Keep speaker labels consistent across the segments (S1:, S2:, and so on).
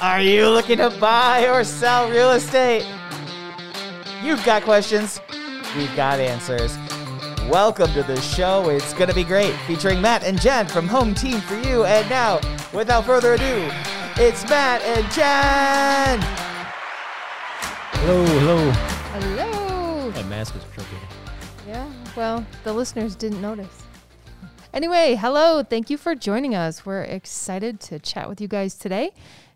S1: Are you looking to buy or sell real estate? You've got questions, we've got answers. Welcome to the show. It's going to be great, featuring Matt and Jen from Home Team for You. And now, without further ado, it's Matt and Jen.
S2: Hello, hello.
S3: Hello.
S2: That mask is crooked.
S3: Yeah. Well, the listeners didn't notice. Anyway, hello. Thank you for joining us. We're excited to chat with you guys today.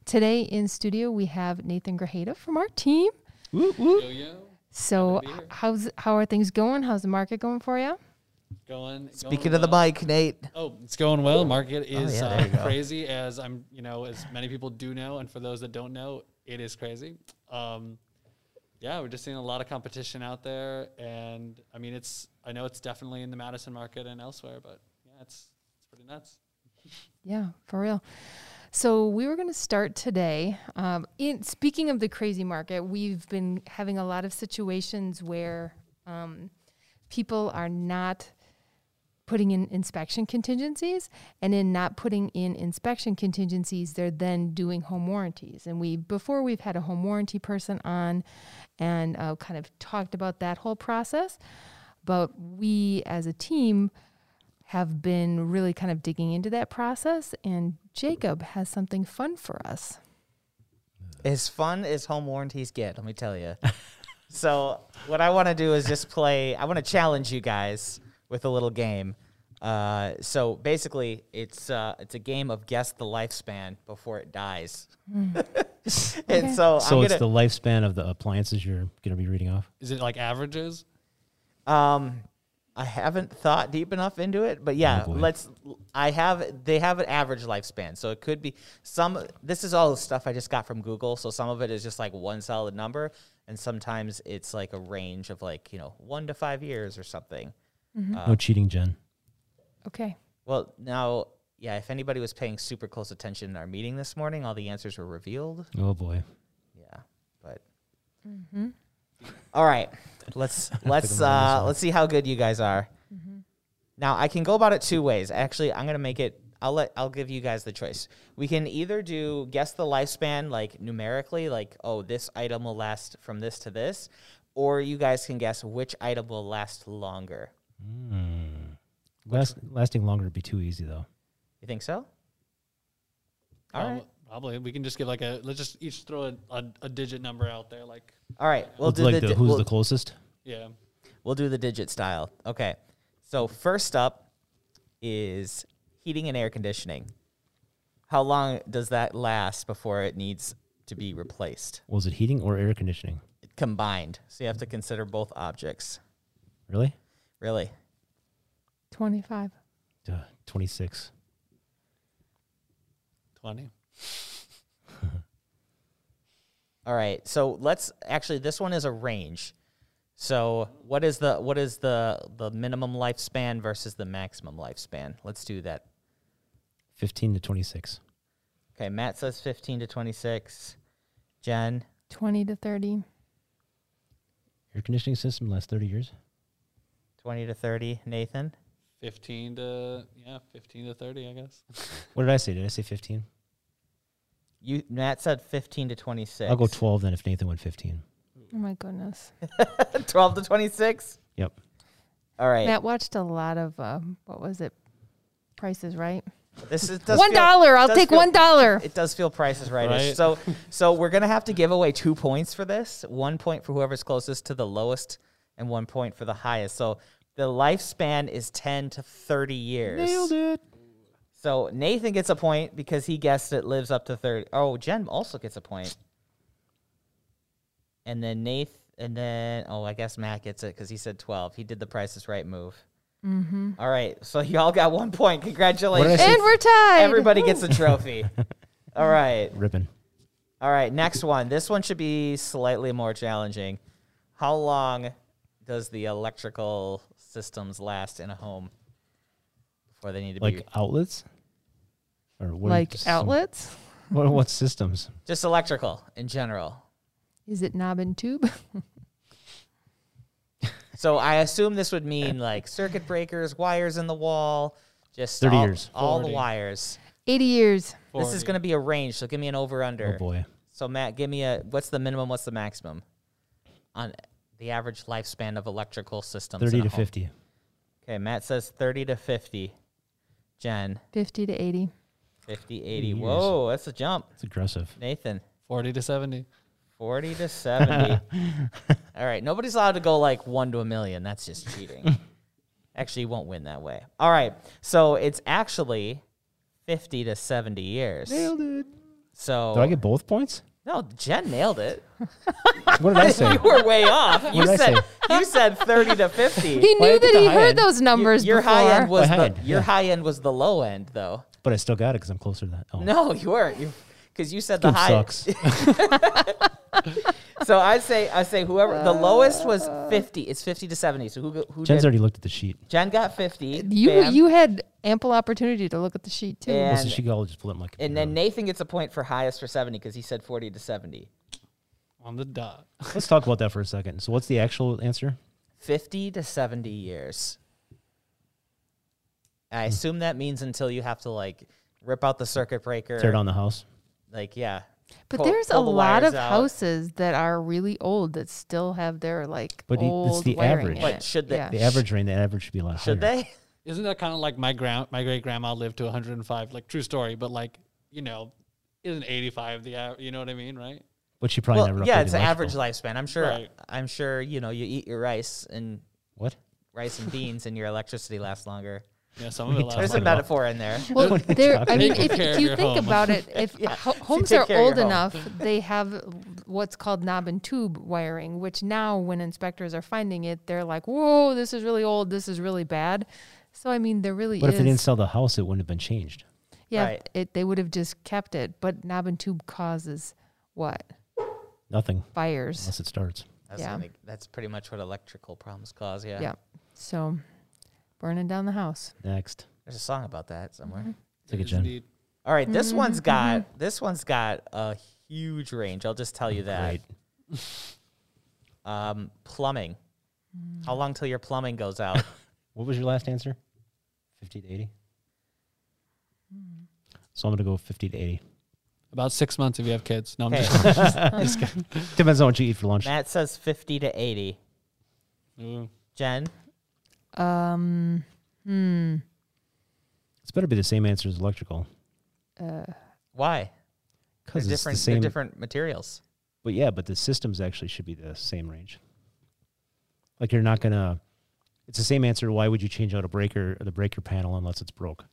S3: Today in studio we have Nathan Grajeda from our team.
S2: Whoop, whoop.
S3: So,
S4: Happy to be here.
S3: how's how are things going? How's the market going for you?
S4: Going.
S1: Speaking
S4: going
S1: of the
S4: well.
S1: mic, Nate.
S4: Oh, it's going well. Market is
S1: yeah, there you
S4: uh,
S1: go.
S4: crazy, as I'm, you know, as many people do know, and for those that don't know, it is crazy. Um, yeah, we're just seeing a lot of competition out there, and I mean, it's. I know it's definitely in the Madison market and elsewhere, but yeah, it's it's pretty nuts.
S3: Yeah, for real. So we were going to start today. Um, in speaking of the crazy market, we've been having a lot of situations where um, people are not putting in inspection contingencies, and in not putting in inspection contingencies, they're then doing home warranties. And we before we've had a home warranty person on, and uh, kind of talked about that whole process. But we as a team have been really kind of digging into that process, and Jacob has something fun for us.
S1: As fun as home warranties get, let me tell you. so, what I want to do is just play, I want to challenge you guys with a little game. Uh, so basically, it's uh, it's a game of guess the lifespan before it dies. and so,
S2: So
S1: I'm
S2: it's the
S1: gonna,
S2: lifespan of the appliances you're gonna be reading off.
S4: Is it like averages?
S1: um, I haven't thought deep enough into it, but yeah,
S2: boy.
S1: let's. I have they have an average lifespan, so it could be some. This is all stuff I just got from Google, so some of it is just like one solid number, and sometimes it's like a range of like you know one to five years or something. Uh,
S2: no cheating, Jen.
S3: Okay.
S1: Well, now, yeah, if anybody was paying super close attention in our meeting this morning, all the answers were revealed.
S2: Oh boy.
S1: Yeah, but. All right, let's let's uh, let's see how good you guys are. Now I can go about it two ways. Actually, I'm gonna make it. I'll let I'll give you guys the choice. We can either do guess the lifespan like numerically, like oh this item will last from this to this, or you guys can guess which item will last longer. Hmm.
S2: Last, lasting longer would be too easy though.
S1: You think so? All right.
S4: Prob- Probably. We can just give like a. Let's just each throw a, a, a digit number out there. Like,
S1: All right. We'll
S2: It's
S1: do
S2: like
S1: the,
S2: the,
S1: di-
S2: who's
S1: we'll-
S2: the closest?
S4: yeah.
S1: We'll do the digit style. Okay. So first up is heating and air conditioning. How long does that last before it needs to be replaced?
S2: Was it heating or air conditioning?
S1: Combined. So you have to consider both objects.
S2: Really?
S1: Really?
S3: 25.
S2: Duh, Twenty six.
S4: Twenty.
S1: All right. So let's actually this one is a range. So what is the what is the the minimum lifespan versus the maximum lifespan? Let's do that.
S2: Fifteen to twenty six.
S1: Okay, Matt says 15 to 26. Jen,
S3: 20 to 30.
S2: Air conditioning system lasts thirty years.
S1: 20 to 30. Nathan?
S4: Fifteen to yeah, fifteen to thirty, I guess.
S2: What did I say? Did I say fifteen?
S1: You Matt said fifteen to twenty six.
S2: I'll go twelve then if Nathan went fifteen.
S3: Oh my goodness.
S1: twelve to twenty six.
S2: Yep.
S1: All right.
S3: Matt watched a lot of, um, what was it? Prices, right?
S1: this is does
S3: One
S1: feel-
S3: dollar. I'll
S1: does
S3: take
S1: feel-
S3: one dollar.
S1: It does feel prices right.
S4: Right.
S1: So so we're gonna have to give away two points for this. One point for whoever's closest to the lowest, and one point for the highest. So the lifespan is ten to thirty years.
S2: it.
S1: So Nathan gets a point because he guessed it lives up to thirty. Oh, Jen also gets a point. And then Nath, and then oh, I guess Matt gets it because he said twelve. He did the Price is Right move. Mm-hmm. right, so y'all got one point. Congratulations!
S3: And we're tied.
S1: Everybody gets a trophy. all right,
S2: Ripping.
S1: all right. Next one. This one should be slightly more challenging. How long does the electrical systems last in a home before they need to be
S2: Like outlets? Or what are
S3: like
S2: some-
S3: outlets.
S2: What, what systems?
S1: just electrical in general?
S3: Is it knob and tube?
S1: So I assume this would mean like circuit breakers, wires in the wall, just
S2: 30
S1: all,
S2: years.
S1: all the
S4: 40.
S1: wires.
S3: 80 years.
S1: This is going to be a range, so give me an over
S2: Oh
S1: under.
S2: boy.
S1: so Matt, give me a what's the minimum? What's the maximum on the average lifespan of electrical systems? in
S2: 30
S1: a
S2: to
S1: home?
S2: 50.
S1: Okay, Matt says thirty to fifty. Jen,
S3: 50 to 80.
S1: 50, 80.
S2: years.
S1: Whoa, that's a jump.
S2: It's aggressive.
S1: Nathan,
S4: 40 to 70.
S1: 40 to 70. All right, nobody's allowed to go like 1 to a million. That's just cheating. actually, you won't win that way. All right. So, it's actually 50 to 70 years.
S2: it.
S1: So
S2: Do I get both points?
S1: No, Jen nailed it.
S2: What did I say?
S1: you were way off. You
S2: did I
S1: said
S2: say?
S1: you said 30 to
S3: He
S1: 50.
S2: Well, I
S3: knew
S2: get
S3: that
S2: the
S3: he
S2: high
S3: heard
S2: end.
S3: those numbers
S1: Your
S3: before.
S1: high end was
S2: high
S1: the,
S2: end,
S1: your
S2: yeah.
S1: high end was the low end though.
S2: But I still got it because I'm closer to that. Oh,
S1: No, you weren't. You because you said the
S2: Game
S1: high.
S2: sucks.
S1: So I say I say whoever the lowest was
S3: Uh.
S1: 50. It's 50 to 70. So who go- who
S2: Jen's
S1: did?
S2: already looked at the sheet.
S1: Jen got 50.
S3: You
S1: Bam.
S3: you had ample opportunity to look at the sheet too.
S1: Yeah.
S2: Listen,
S1: And-
S2: she could all just pull it in my
S1: and
S2: computer.
S1: then Nathan gets a point for highest for 70 because he said 40 to 70.
S4: On the dot.
S2: Let's talk about that for a second. So, what's the actual answer?
S1: 50 to 70 years. I
S2: Hmm.
S1: assume that means until you have to like rip out the circuit breaker.
S2: Tear down the house.
S1: Like yeah.
S3: But
S1: Pull-
S3: there's a
S1: pull the
S3: lot
S1: wires
S3: of
S1: out.
S3: houses that are really old that still have their like
S2: But y-
S3: old
S2: it's the
S3: wiring
S2: average.
S3: in
S1: What,
S3: it.
S1: should they-
S3: Yeah.
S2: The average rain, the average should be a lot
S1: Should
S2: higher.
S1: they?
S4: Isn't that kind of like my grand, my great grandma lived to 105? Like, true story, but like, you know, isn't 85 the average? You know what I mean, right?
S2: But she probably never
S1: well, yeah,
S2: upgraded
S1: it's an average
S2: electrical.
S1: lifespan. I'm sure.
S4: Right.
S1: I'm sure you know you eat your rice and
S2: What?
S1: rice and beans and your electricity lasts longer.
S4: Yeah, some of it
S2: What are you
S4: lasts
S1: There's
S2: talking
S1: a
S4: like
S2: about?
S1: metaphor in there.
S3: Well, there. I
S2: talking
S3: mean,
S4: about?
S3: if,
S4: Take care
S3: if
S4: of
S3: you
S4: your
S3: think
S4: home.
S3: about it, if ho- homes
S1: take
S3: are
S1: care of your
S3: old
S1: home.
S3: enough, they have what's called knob and tube wiring. Which now, when inspectors are finding it, they're like, "Whoa, this is really old. This is really bad." So I mean, there really
S2: But
S3: is.
S2: if they didn't sell the house, it wouldn't have been changed.
S3: yeah,
S1: Right.
S3: it, they would have just kept it. But knob and tube causes what
S2: Nothing
S3: fires.
S2: unless it starts.
S1: That's,
S3: Yeah.
S1: gonna- that's pretty much what electrical problems cause. Yeah.
S3: Yeah. So burning down the house.
S2: Next.
S1: There's a song about that somewhere.
S3: Mm-hmm.
S2: Take
S4: It
S2: a
S4: is
S2: Jen.
S4: indeed.
S1: All right, this one's got this one's got a huge range. I'll just tell you that.
S2: Great.
S1: Um, plumbing.
S3: Mm.
S1: How long till your plumbing goes out?
S2: What was your last answer? 50 to 80.
S1: Hmm.
S2: So I'm going to go 50 to 80.
S4: About six months if you have kids. No, I'm
S1: Okay.
S4: just.
S2: Depends on what you eat for lunch.
S1: Matt says fifty to eighty.
S2: Mm.
S4: Ooh.
S1: Jen,
S3: Um. Hmm.
S2: It's better be the same answer as electrical.
S3: Uh,
S1: why? They're
S2: Because it's
S1: different.
S2: the same.
S1: They're different materials.
S2: But yeah, but the systems actually should be the same range. Like you're not going to. It's the same answer. Why would you change out a breaker, the breaker panel, unless it's broke?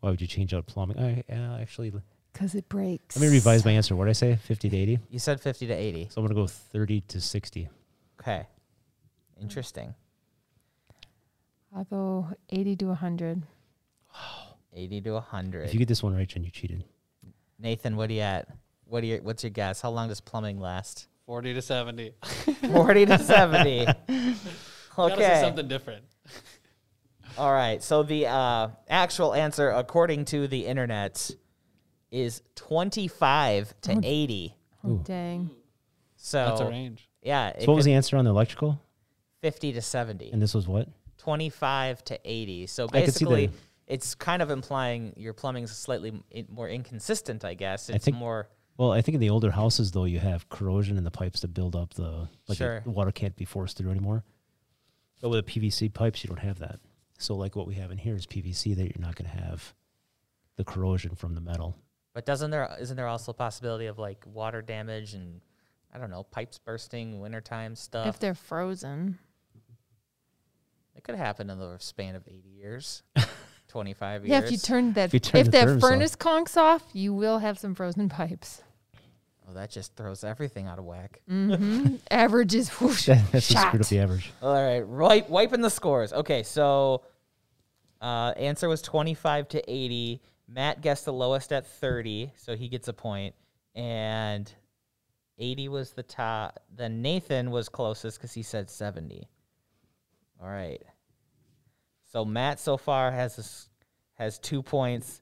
S2: Why would you change out plumbing? I, uh, actually, let
S3: Cause it breaks.
S2: me revise my answer. What did I say? 50 to 80?
S1: You said fifty to eighty.
S2: So I'm going to go 30 to 60.
S1: Okay. Interesting.
S3: I'll go 80 to 100.
S1: 80 to 100.
S2: If you get this one right, Jen, you cheated.
S1: Nathan, what do you at? What do you? what's your guess? How long does plumbing last?
S4: 40 to 70.
S1: 40 to 70.
S4: Gotta say
S1: Okay.
S4: something different.
S1: All right. So the uh, actual answer, according to the internet, is 25 to 80.
S3: Oh, dang.
S1: So
S4: That's
S2: Oh.
S4: a range.
S1: yeah, it
S2: So what was
S1: could-
S2: the answer on the electrical?
S1: 50 to 70.
S2: And this was what?
S1: 25 to 80. So
S2: I could see the-
S1: basically, it's kind of implying your plumbing's slightly m- in- more inconsistent, I guess. It's
S2: think-
S1: more
S2: Well, I think in the older houses though, you have corrosion in the pipes to build up the like
S1: Sure.
S2: the water can't be forced through anymore. But with the PVC pipes, you don't have that. So like what we have in here is PVC that you're not going to have the corrosion from the metal.
S1: But doesn't there isn't there also a possibility of like water damage and I don't know pipes bursting, wintertime
S3: If
S1: stuff?
S3: they're frozen,
S1: It could happen in the span of eighty years, twenty five years.
S3: yeah. If you turn that,
S2: If you turn
S3: if
S2: the
S3: that
S2: thermos off.
S3: furnace conks off, you will have some frozen pipes.
S1: oh, that just throws everything out of whack.
S3: Mm-hmm. Averages. Whoosh,
S2: That, that's what
S3: shot.
S2: screwed up the average.
S1: All right, wipe, wiping the scores. Okay, so uh, answer was twenty five to eighty. Matt guessed the lowest at thirty, so he gets a point, and eighty was the top. Then Nathan was closest because he said seventy. All right. So Matt so far has a s has two points.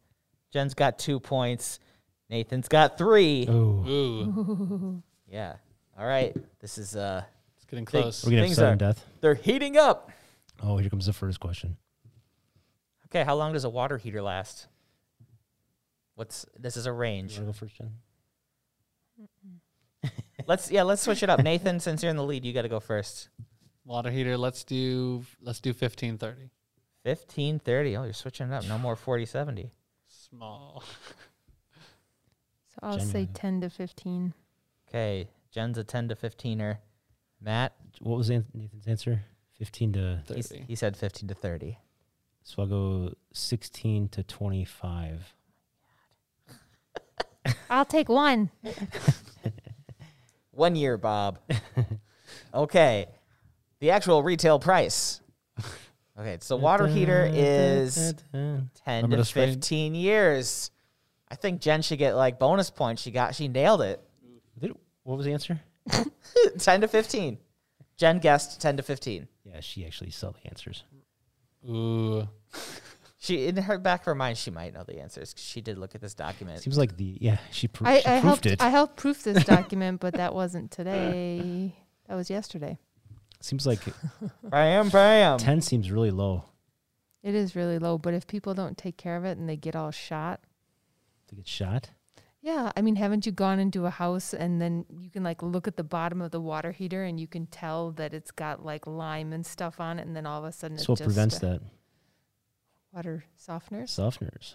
S1: Jen's got two points. Nathan's got three.
S2: Oh,
S4: Ooh.
S1: Yeah. All right. This is uh.
S4: It's getting close.
S2: we're gonna have
S1: Things
S2: sudden
S1: are-
S2: death.
S1: They're heating up.
S2: Oh, here comes the first question.
S1: Okay, how long does a water heater last? What's this is a
S2: You
S1: range.
S2: want to go first, Jen?
S1: Let's yeah, let's switch it up. Nathan, since you're in the lead, you got to go first.
S4: Water heater. Let's do let's do fifteen thirty.
S1: Fifteen thirty. Oh, you're switching it up. No more forty seventy.
S4: Small.
S3: So I'll say
S2: Genuinely.
S3: 10 to 15.
S1: Okay, Jen's a ten to fifteener. Matt,
S2: What was Anth- Nathan's answer? 15 to.
S1: he's,
S4: Thirty.
S1: he said fifteen to thirty.
S2: So I'll go 16 to 25.
S3: I'll take one.
S1: One year, Bob. okay, the actual retail price. Okay, so water heater is ten to
S4: Limitless range.
S1: fifteen years. I think Jen should get like bonus points. She got she nailed it.
S2: Did it- what was the answer?
S1: ten to fifteen. Jen guessed ten to fifteen.
S2: Yeah, she actually saw the answers.
S4: Ooh.
S1: She in her back of her mind, she might know the answers 'cause she did look at this document.
S2: Seems like the. Yeah, she, pro-
S3: I,
S2: she
S3: I
S2: proofed
S3: helped.
S2: it.
S3: I helped proof this document, but that wasn't today. That was yesterday.
S2: Seems
S1: Um,
S2: like
S1: bam, bam.
S2: 10 seems really low.
S3: It is really low, but if people don't take care of it and they get all shot,
S2: To get shot?
S3: yeah. I mean, haven't you gone into a house and then you can like look at the bottom of the water heater and you can tell that it's got like lime and stuff on it, and then all of a sudden it's
S2: So it
S3: just
S2: prevents
S3: uh,
S2: that.
S3: water softeners.
S2: Softeners.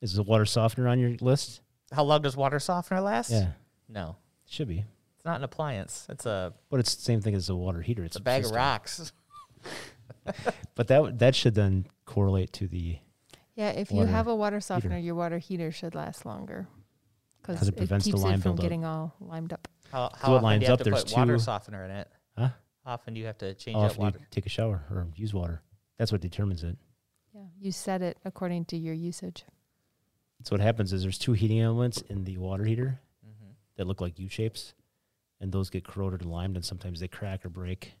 S2: Is the water softener on your list?
S1: How long does water softener last?
S2: Yeah,
S1: No,
S2: should be.
S1: it's not an appliance. It's a
S2: But it's the same thing as a water heater. It's
S1: it's a bag
S2: system.
S1: of rocks.
S2: But that that should then correlate to the
S3: Yeah, if
S2: Water
S3: you have a water softener, your water heater should last longer
S2: 'Cause it prevents the
S3: keeps
S2: lime
S3: it from
S2: buildup.
S3: getting all limed up.
S1: How,
S2: it
S1: how often do
S2: lines
S1: you have to
S2: up, there's
S1: put water
S2: two-
S1: softener in it?
S2: Huh?
S1: How often do you have to change
S2: oh,
S1: out
S2: if you
S1: water?
S2: take a shower or use water. That's what determines it.
S3: Yeah, you set it according to your usage.
S2: So what happens is there's two heating elements in the water heater
S1: hmm
S2: that look like U shapes, and those get corroded and limed, and sometimes they crack or break.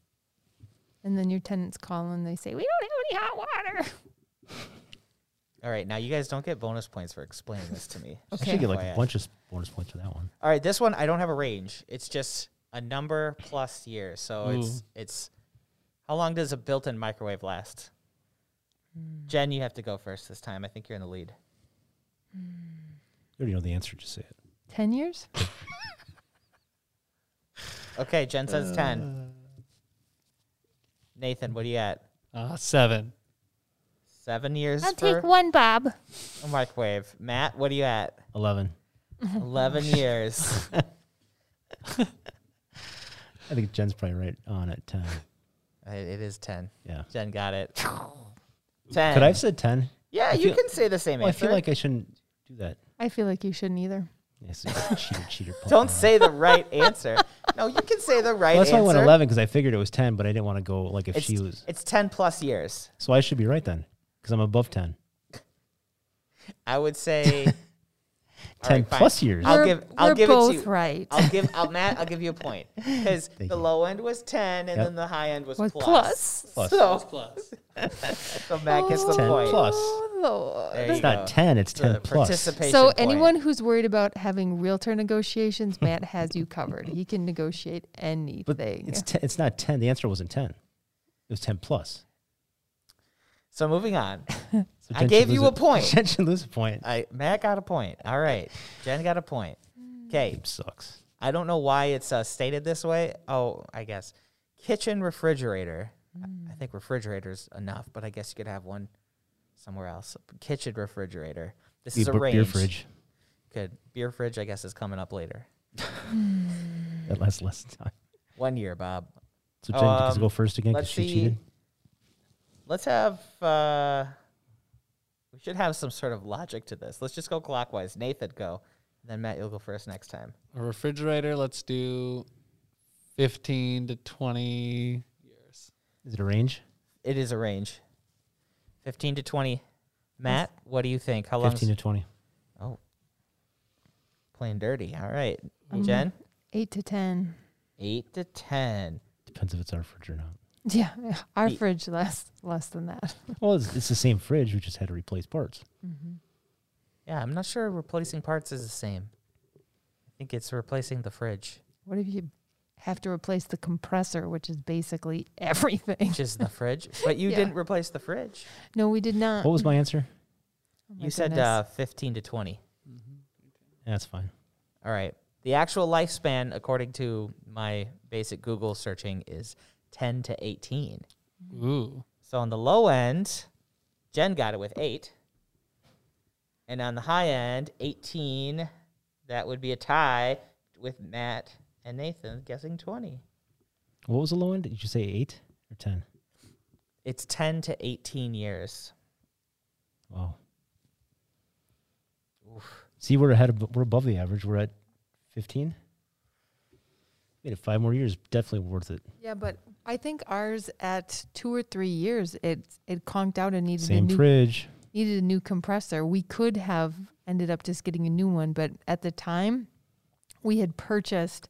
S3: And then your tenants call and they say, "We don't have any hot water."
S1: All right, now you guys don't get bonus points for explaining this to me.
S2: I should
S3: Okay.
S2: get like
S1: FYI.
S2: a bunch of bonus points for that one.
S1: All right, this one I don't have a range. It's just a number plus year. So it's it's how long does a built-in microwave last? Jen, you have to go first this time. I think you're in the lead.
S2: You already know the answer. Just say it.
S3: Ten years?
S1: Okay, Jen says
S2: Uh.
S1: ten. Nathan, what do you at?
S4: Uh, seven.
S1: Seven years for
S3: one, Bob.
S1: a microwave. Matt, what are you at?
S2: Eleven.
S1: Eleven years.
S2: I think Jen's probably right on at ten.
S1: Uh, it is ten.
S2: Yeah.
S1: Jen got it. Ten.
S2: Could I have said ten?
S1: yeah,
S2: I
S1: you
S2: feel-
S1: can say the same
S2: Well, I
S1: answer.
S2: feel like I shouldn't do that.
S3: I feel like you shouldn't either.
S2: Yes, it's cheater, cheater. punk
S1: Don't
S2: ass.
S1: say the right answer. No, you can say the right
S2: Well, that's why I
S1: answer.
S2: went eleven because I figured it was ten, but I didn't want to go like if
S1: It's,
S2: she was.
S1: it's 10 plus years.
S2: So I should be right then because I'm above ten.
S1: I would say 10
S2: Ten plus years.
S1: I'll
S3: we're
S1: give- I'll
S3: we're
S1: give it to
S3: both
S1: you.
S3: right.
S1: I'll give I'll, Matt, I'll give you a point because
S2: Thank
S1: the
S2: you.
S1: low end was 10 and
S2: Yep.
S1: then the high end was,
S3: Was
S1: plus.
S2: Plus.
S1: So,
S4: Plus.
S1: so Matt gets the
S2: Ten
S1: point.
S2: plus.
S3: Oh, Lord.
S1: There you
S2: It's not
S1: go.
S2: ten. It's ten
S1: The
S2: plus.
S1: Participation
S3: So
S1: point.
S3: anyone who's worried about having realtor negotiations, Matt has you covered. He can negotiate
S2: But
S3: anything.
S2: it's ten, it's not ten. The answer wasn't ten. It was ten plus.
S1: So moving on.
S2: So
S1: I
S2: Jen should
S1: gave you
S2: lose
S1: a point.
S2: Jen should lose a point.
S1: I Matt got a point. All right. Jen got a point. Okay.
S2: Game sucks.
S1: I don't know why it's uh, stated this way. Oh, I guess kitchen refrigerator. I- I think refrigerator's enough, but I guess you could have one somewhere else. Kitchen refrigerator. This is a
S2: Be-
S1: range.
S2: beer fridge
S1: Good beer fridge. I guess is coming up later.
S2: that lasts less time.
S1: One year, Bob.
S2: So Jen gets
S1: Um,
S2: to go first again because
S1: let's
S2: she
S1: see.
S2: cheated.
S1: Let's have. Uh, we should have some sort of logic to this. Let's just go clockwise. Nathan, go. Then Matt, you'll go first next time.
S4: A refrigerator. Let's do fifteen to twenty years.
S2: Is it a range?
S1: It is a range. Fifteen to twenty. Matt, what do you think? How long?
S2: Fifteen to twenty.
S1: Oh. Playing dirty. All right.
S3: Mm-hmm.
S1: Jen?
S3: Eight to ten.
S1: Eight to ten.
S2: Depends if it's our fridge or not.
S3: Yeah, our
S1: Ye-
S3: fridge lasts less than that.
S2: Well, it's, it's the same fridge. We just had to replace parts.
S1: Yeah, I'm not sure replacing parts is the same. I think it's replacing the fridge,
S3: What if you have to replace the compressor, which is basically everything?
S1: which is the fridge. But you
S3: Yeah.
S1: didn't replace the fridge.
S3: No, we did not.
S2: What was my answer?
S3: Oh my
S1: you said
S3: goodness.
S1: uh, 15 to 20.
S2: That's fine.
S1: All right. The actual lifespan, according to my basic Google searching, is 10 to 18.
S4: Ooh.
S1: So on the low end, Jen got it with eight. And on the high end, 18. That would be a tie with Matt and Nathan guessing 20.
S2: What was the low end? Did you say eight or ten?
S1: It's 10 to 18 years.
S2: Wow. See, we're ahead. Of, we're above the average. We're at fifteen. Made it five more years. Definitely worth it.
S3: Yeah, but I think ours at two or three years, it it conked out and needed
S2: Same
S3: a new
S2: fridge.
S3: needed a new compressor. We could have ended up just getting a new one, but at the time, we had purchased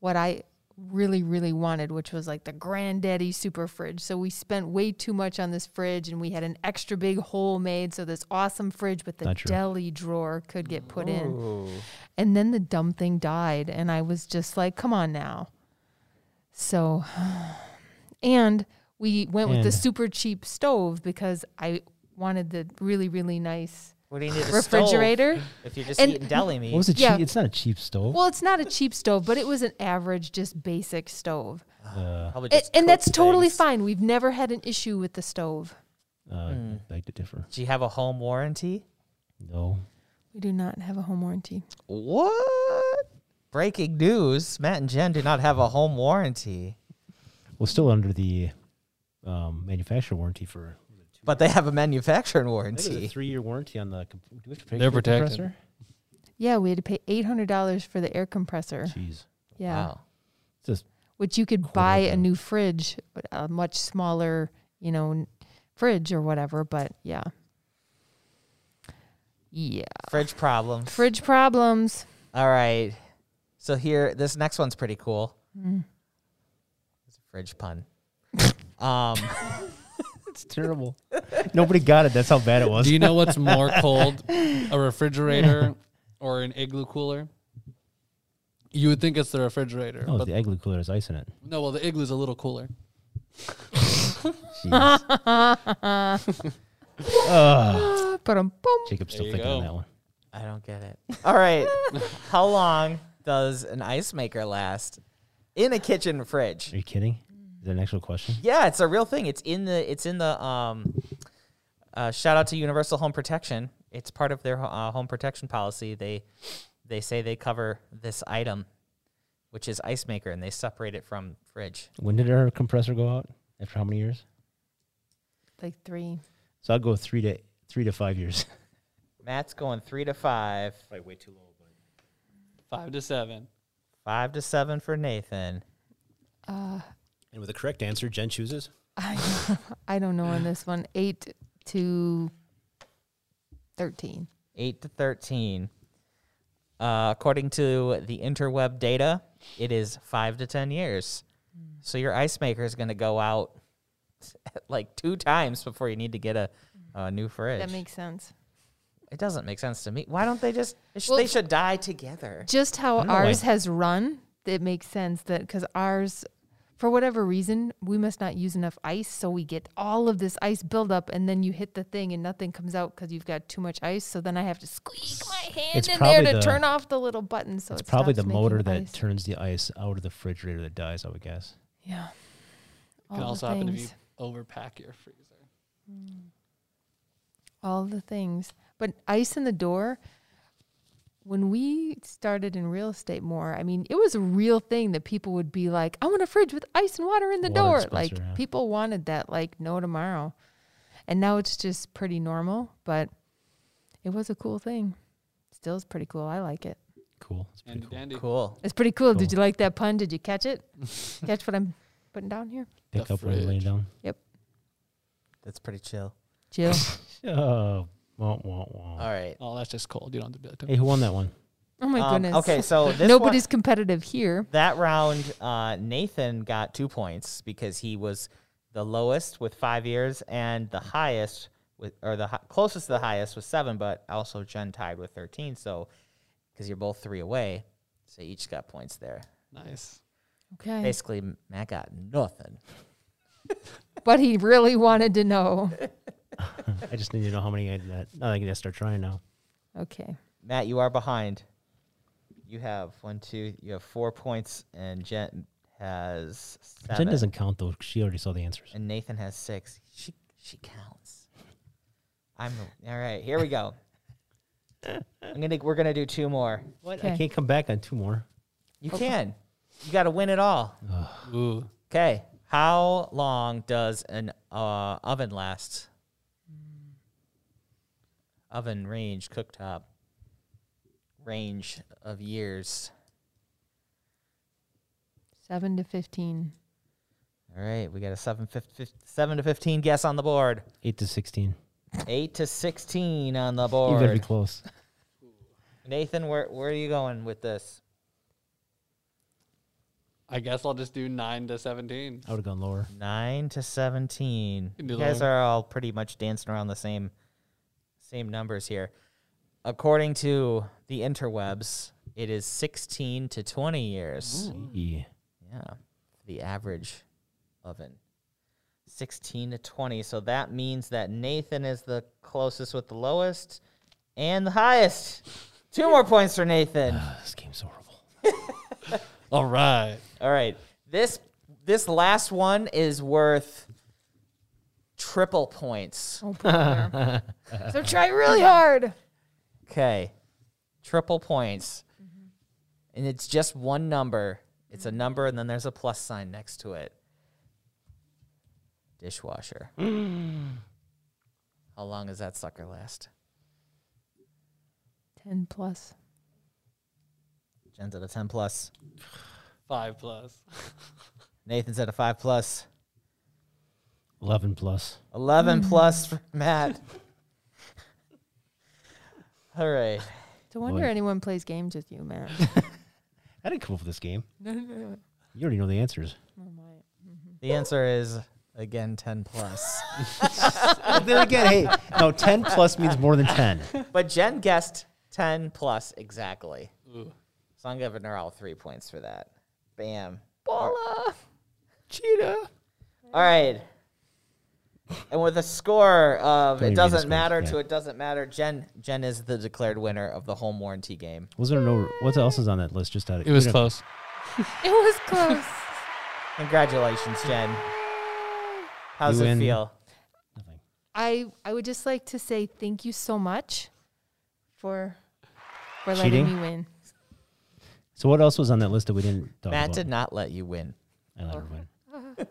S3: what I really really wanted, which was like the granddaddy super fridge. So we spent way too much on this fridge, and we had an extra big hole made. So this awesome fridge with the
S2: Not true.
S3: deli drawer could get put in. And then the dumb thing died. And I was just like, come on now. So, and we went with the
S2: And-
S3: super cheap stove because I wanted the really, really nice
S1: What do you need a
S3: refrigerator.
S1: stove if you're just
S3: And-
S1: eating deli meat?
S2: What was it?
S3: Yeah.
S2: Cheap? It's not a cheap stove.
S3: Well, it's not a cheap stove, but it was an average, just basic stove.
S2: uh,
S1: Probably
S3: A-
S1: just
S3: and
S1: cook
S3: that's totally
S1: things.
S3: fine. We've never had an issue with the stove.
S2: uh, I beg to differ.
S1: Do you have a home warranty?
S2: No.
S3: We do not have a home warranty.
S1: What? Breaking news Matt and Jen do not have a home warranty,
S2: Well, still under the um, manufacturer warranty for.
S1: but they have a manufacturing
S2: I think it was a
S1: warranty.
S2: three-year warranty on the. comp- Do we have to pay
S4: They're
S2: for the
S4: protected.
S2: compressor?
S3: Yeah, we had to pay $800 for the air compressor.
S2: Jeez.
S3: Yeah.
S1: Wow.
S2: It's just
S3: which you could buy a
S2: Quarter.
S3: new fridge, a much smaller, you know, n- fridge or whatever. But yeah, yeah,
S1: Fridge problems.
S3: fridge problems.
S1: All right. So here, this next one's pretty cool. It's a fridge pun. um,
S2: it's terrible. Nobody got it. That's how bad it was.
S4: Do you know what's more cold, a refrigerator or an igloo cooler? You would think it's the refrigerator,
S2: oh,
S4: but
S2: the igloo cooler has ice in it.
S4: no. Well, the igloo's a little cooler.
S2: Jeez. Ugh.
S3: But um, boom.
S2: Jacob's still
S4: There you
S2: thinking on
S4: go.
S2: that one.
S1: I don't get it. All right. How long does an ice maker last in a kitchen fridge?
S2: Are you kidding? Is that an actual question?
S1: Yeah, it's a real thing. It's in the it's in the um uh, shout out to Universal Home Protection. It's part of their uh, home protection policy. They they say they cover this item which is ice maker and they separate it from fridge.
S2: When did our compressor go out? After how many years?
S3: like three.
S2: So I'll go three to three to five years.
S1: Matt's going 3 to 5,
S2: Probably way too low. But
S4: Five to seven.
S1: 5 to 7 for Nathan.
S3: Uh,
S2: and with the correct answer, Jen chooses.
S3: I I don't know on this one. Eight to thirteen.
S1: 8 to 13. Uh, according to the interweb data, it is 5 to 10 years.
S3: Hmm.
S1: So your ice maker is going to go out like two times before you need to get a, a new fridge.
S3: Hmm. That makes sense.
S1: it doesn't make sense to me. Why don't they just they sh-
S3: Well,
S1: they should die together?
S3: Just how
S2: don't know why.
S3: ours has run, it makes sense that because ours, for whatever reason, we must not use enough ice. So we get all of this ice buildup, and then you hit the thing and nothing comes out because you've got too much ice. So then I have to squeak my hand
S2: It's
S3: in there
S2: probably
S3: to
S2: the-
S3: turn off the little button. So
S2: It's
S3: it
S2: probably the
S3: stops making
S2: motor that
S3: ice.
S2: turns the ice out of the refrigerator that dies. I would guess.
S3: yeah. All
S4: Can
S3: the
S4: also happen if you
S3: things.
S4: overpack your freezer.
S3: All the things. But ice in the door. When we started in real estate more, I mean, it was a real thing that people would be like, I want a fridge with ice and water in the
S2: Water
S3: door. Like,
S2: dispenser, yeah.
S3: people wanted that, like, no tomorrow. And now it's just pretty normal, but it was a cool thing. Still is pretty cool. I like it.
S2: Cool. That's pretty
S4: And
S2: cool.
S4: dandy.
S1: Cool.
S3: It's pretty cool. Did
S2: Cool.
S3: you like that pun? Did you catch it? catch what I'm putting down here?
S2: Pick
S4: The
S2: up when you lay
S4: fridge.
S2: down.
S1: That's pretty chill.
S3: Jill.
S2: Oh, wah, wah,
S1: All
S2: wah.
S1: right.
S4: Oh, that's just cold. You don't have to do that. To
S2: Hey, who won that one?
S3: Oh, my
S1: Um,
S3: goodness.
S1: Okay, so this one-
S3: Nobody's competitive here.
S1: That round, uh, Nathan got two points because he was the lowest with five years, and the highest with, or the hi- closest to the highest was seven, but also Jen tied with thirteen. So, because you're both three away, so you each got points there.
S4: Nice.
S3: Okay.
S1: Basically, Matt got nothing.
S3: but he really wanted to know.
S2: I just need to know how many I got. Now I gotta start trying now.
S3: Okay.
S1: Matt, you are behind. You have one, two. You have four points, and Jen has seven.
S2: Jen doesn't count though. 'cause She already saw the answers.
S1: and Nathan has six. She she counts. I'm the, all right. Here we go. I'm gonna we're gonna do two more.
S2: What? I
S3: Okay.
S2: can't come back on two more.
S1: You can. You got to win it all.
S4: Ooh.
S1: Okay. How long does an uh, oven last? Oven range, cooktop range of years.
S3: Seven to 15.
S1: All right, we got a seven, fif- fif- seven to fifteen guess on the board.
S2: Eight to sixteen.
S1: Eight to sixteen on the
S2: You better be
S1: board.
S2: close.
S1: Nathan, where where are you going with this?
S4: I guess I'll just do nine to seventeen.
S2: I would have gone lower.
S1: Nine to seventeen.
S4: Can do
S1: You guys
S4: lower.
S1: are all pretty much dancing around the same same numbers here. According to the interwebs, it is sixteen to twenty years.
S2: Yeah.
S1: Yeah. The average oven. Sixteen to twenty. So that means that Nathan is the closest with the lowest and the highest. Two more points for Nathan.
S2: Ah, This game's horrible.
S4: All right.
S1: All right. This this last one is worth triple points.
S3: Oh, put it there. so try really hard.
S1: Okay. Triple points. And it's just one number. It's a number and then there's a plus sign next to it. Dishwasher. How long does that sucker last?
S3: 10 plus.
S1: Jen's at a 10 plus.
S4: Five plus.
S1: Nathan's at a 5 plus.
S2: Eleven plus.
S3: Hmm.
S1: 11 plus for Matt. All right.
S3: No wonder
S2: Boy.
S3: anyone plays games with you, Matt.
S2: I didn't come up with this game.
S3: no, no, no.
S2: You already know the answers.
S1: The answer is again 10 plus.
S2: then again, hey, no, ten plus means more than ten.
S1: but Jen guessed 10 plus exactly.
S4: Ooh.
S1: So I'm giving her all three points for that. Bam.
S3: Bola.
S2: Cheetah.
S1: All right. And with a score of
S2: Don't even
S1: it
S2: need the
S1: doesn't
S2: scores,
S1: matter
S2: yeah.
S1: to it doesn't matter, Jen Jen is the declared winner of the home warranty game.
S2: Was there no? What else is on that list? Just out of
S4: It was
S2: you know,
S4: close.
S3: It was close.
S1: Congratulations, Jen. How does
S2: You
S1: it
S2: win.
S1: feel?
S2: nothing.
S3: I, I would just like to say thank you so much for for
S2: Cheating?
S3: letting me win.
S2: So what else was on that list that we didn't talk
S1: Matt
S2: about?
S1: did not let you win.
S2: I let her win.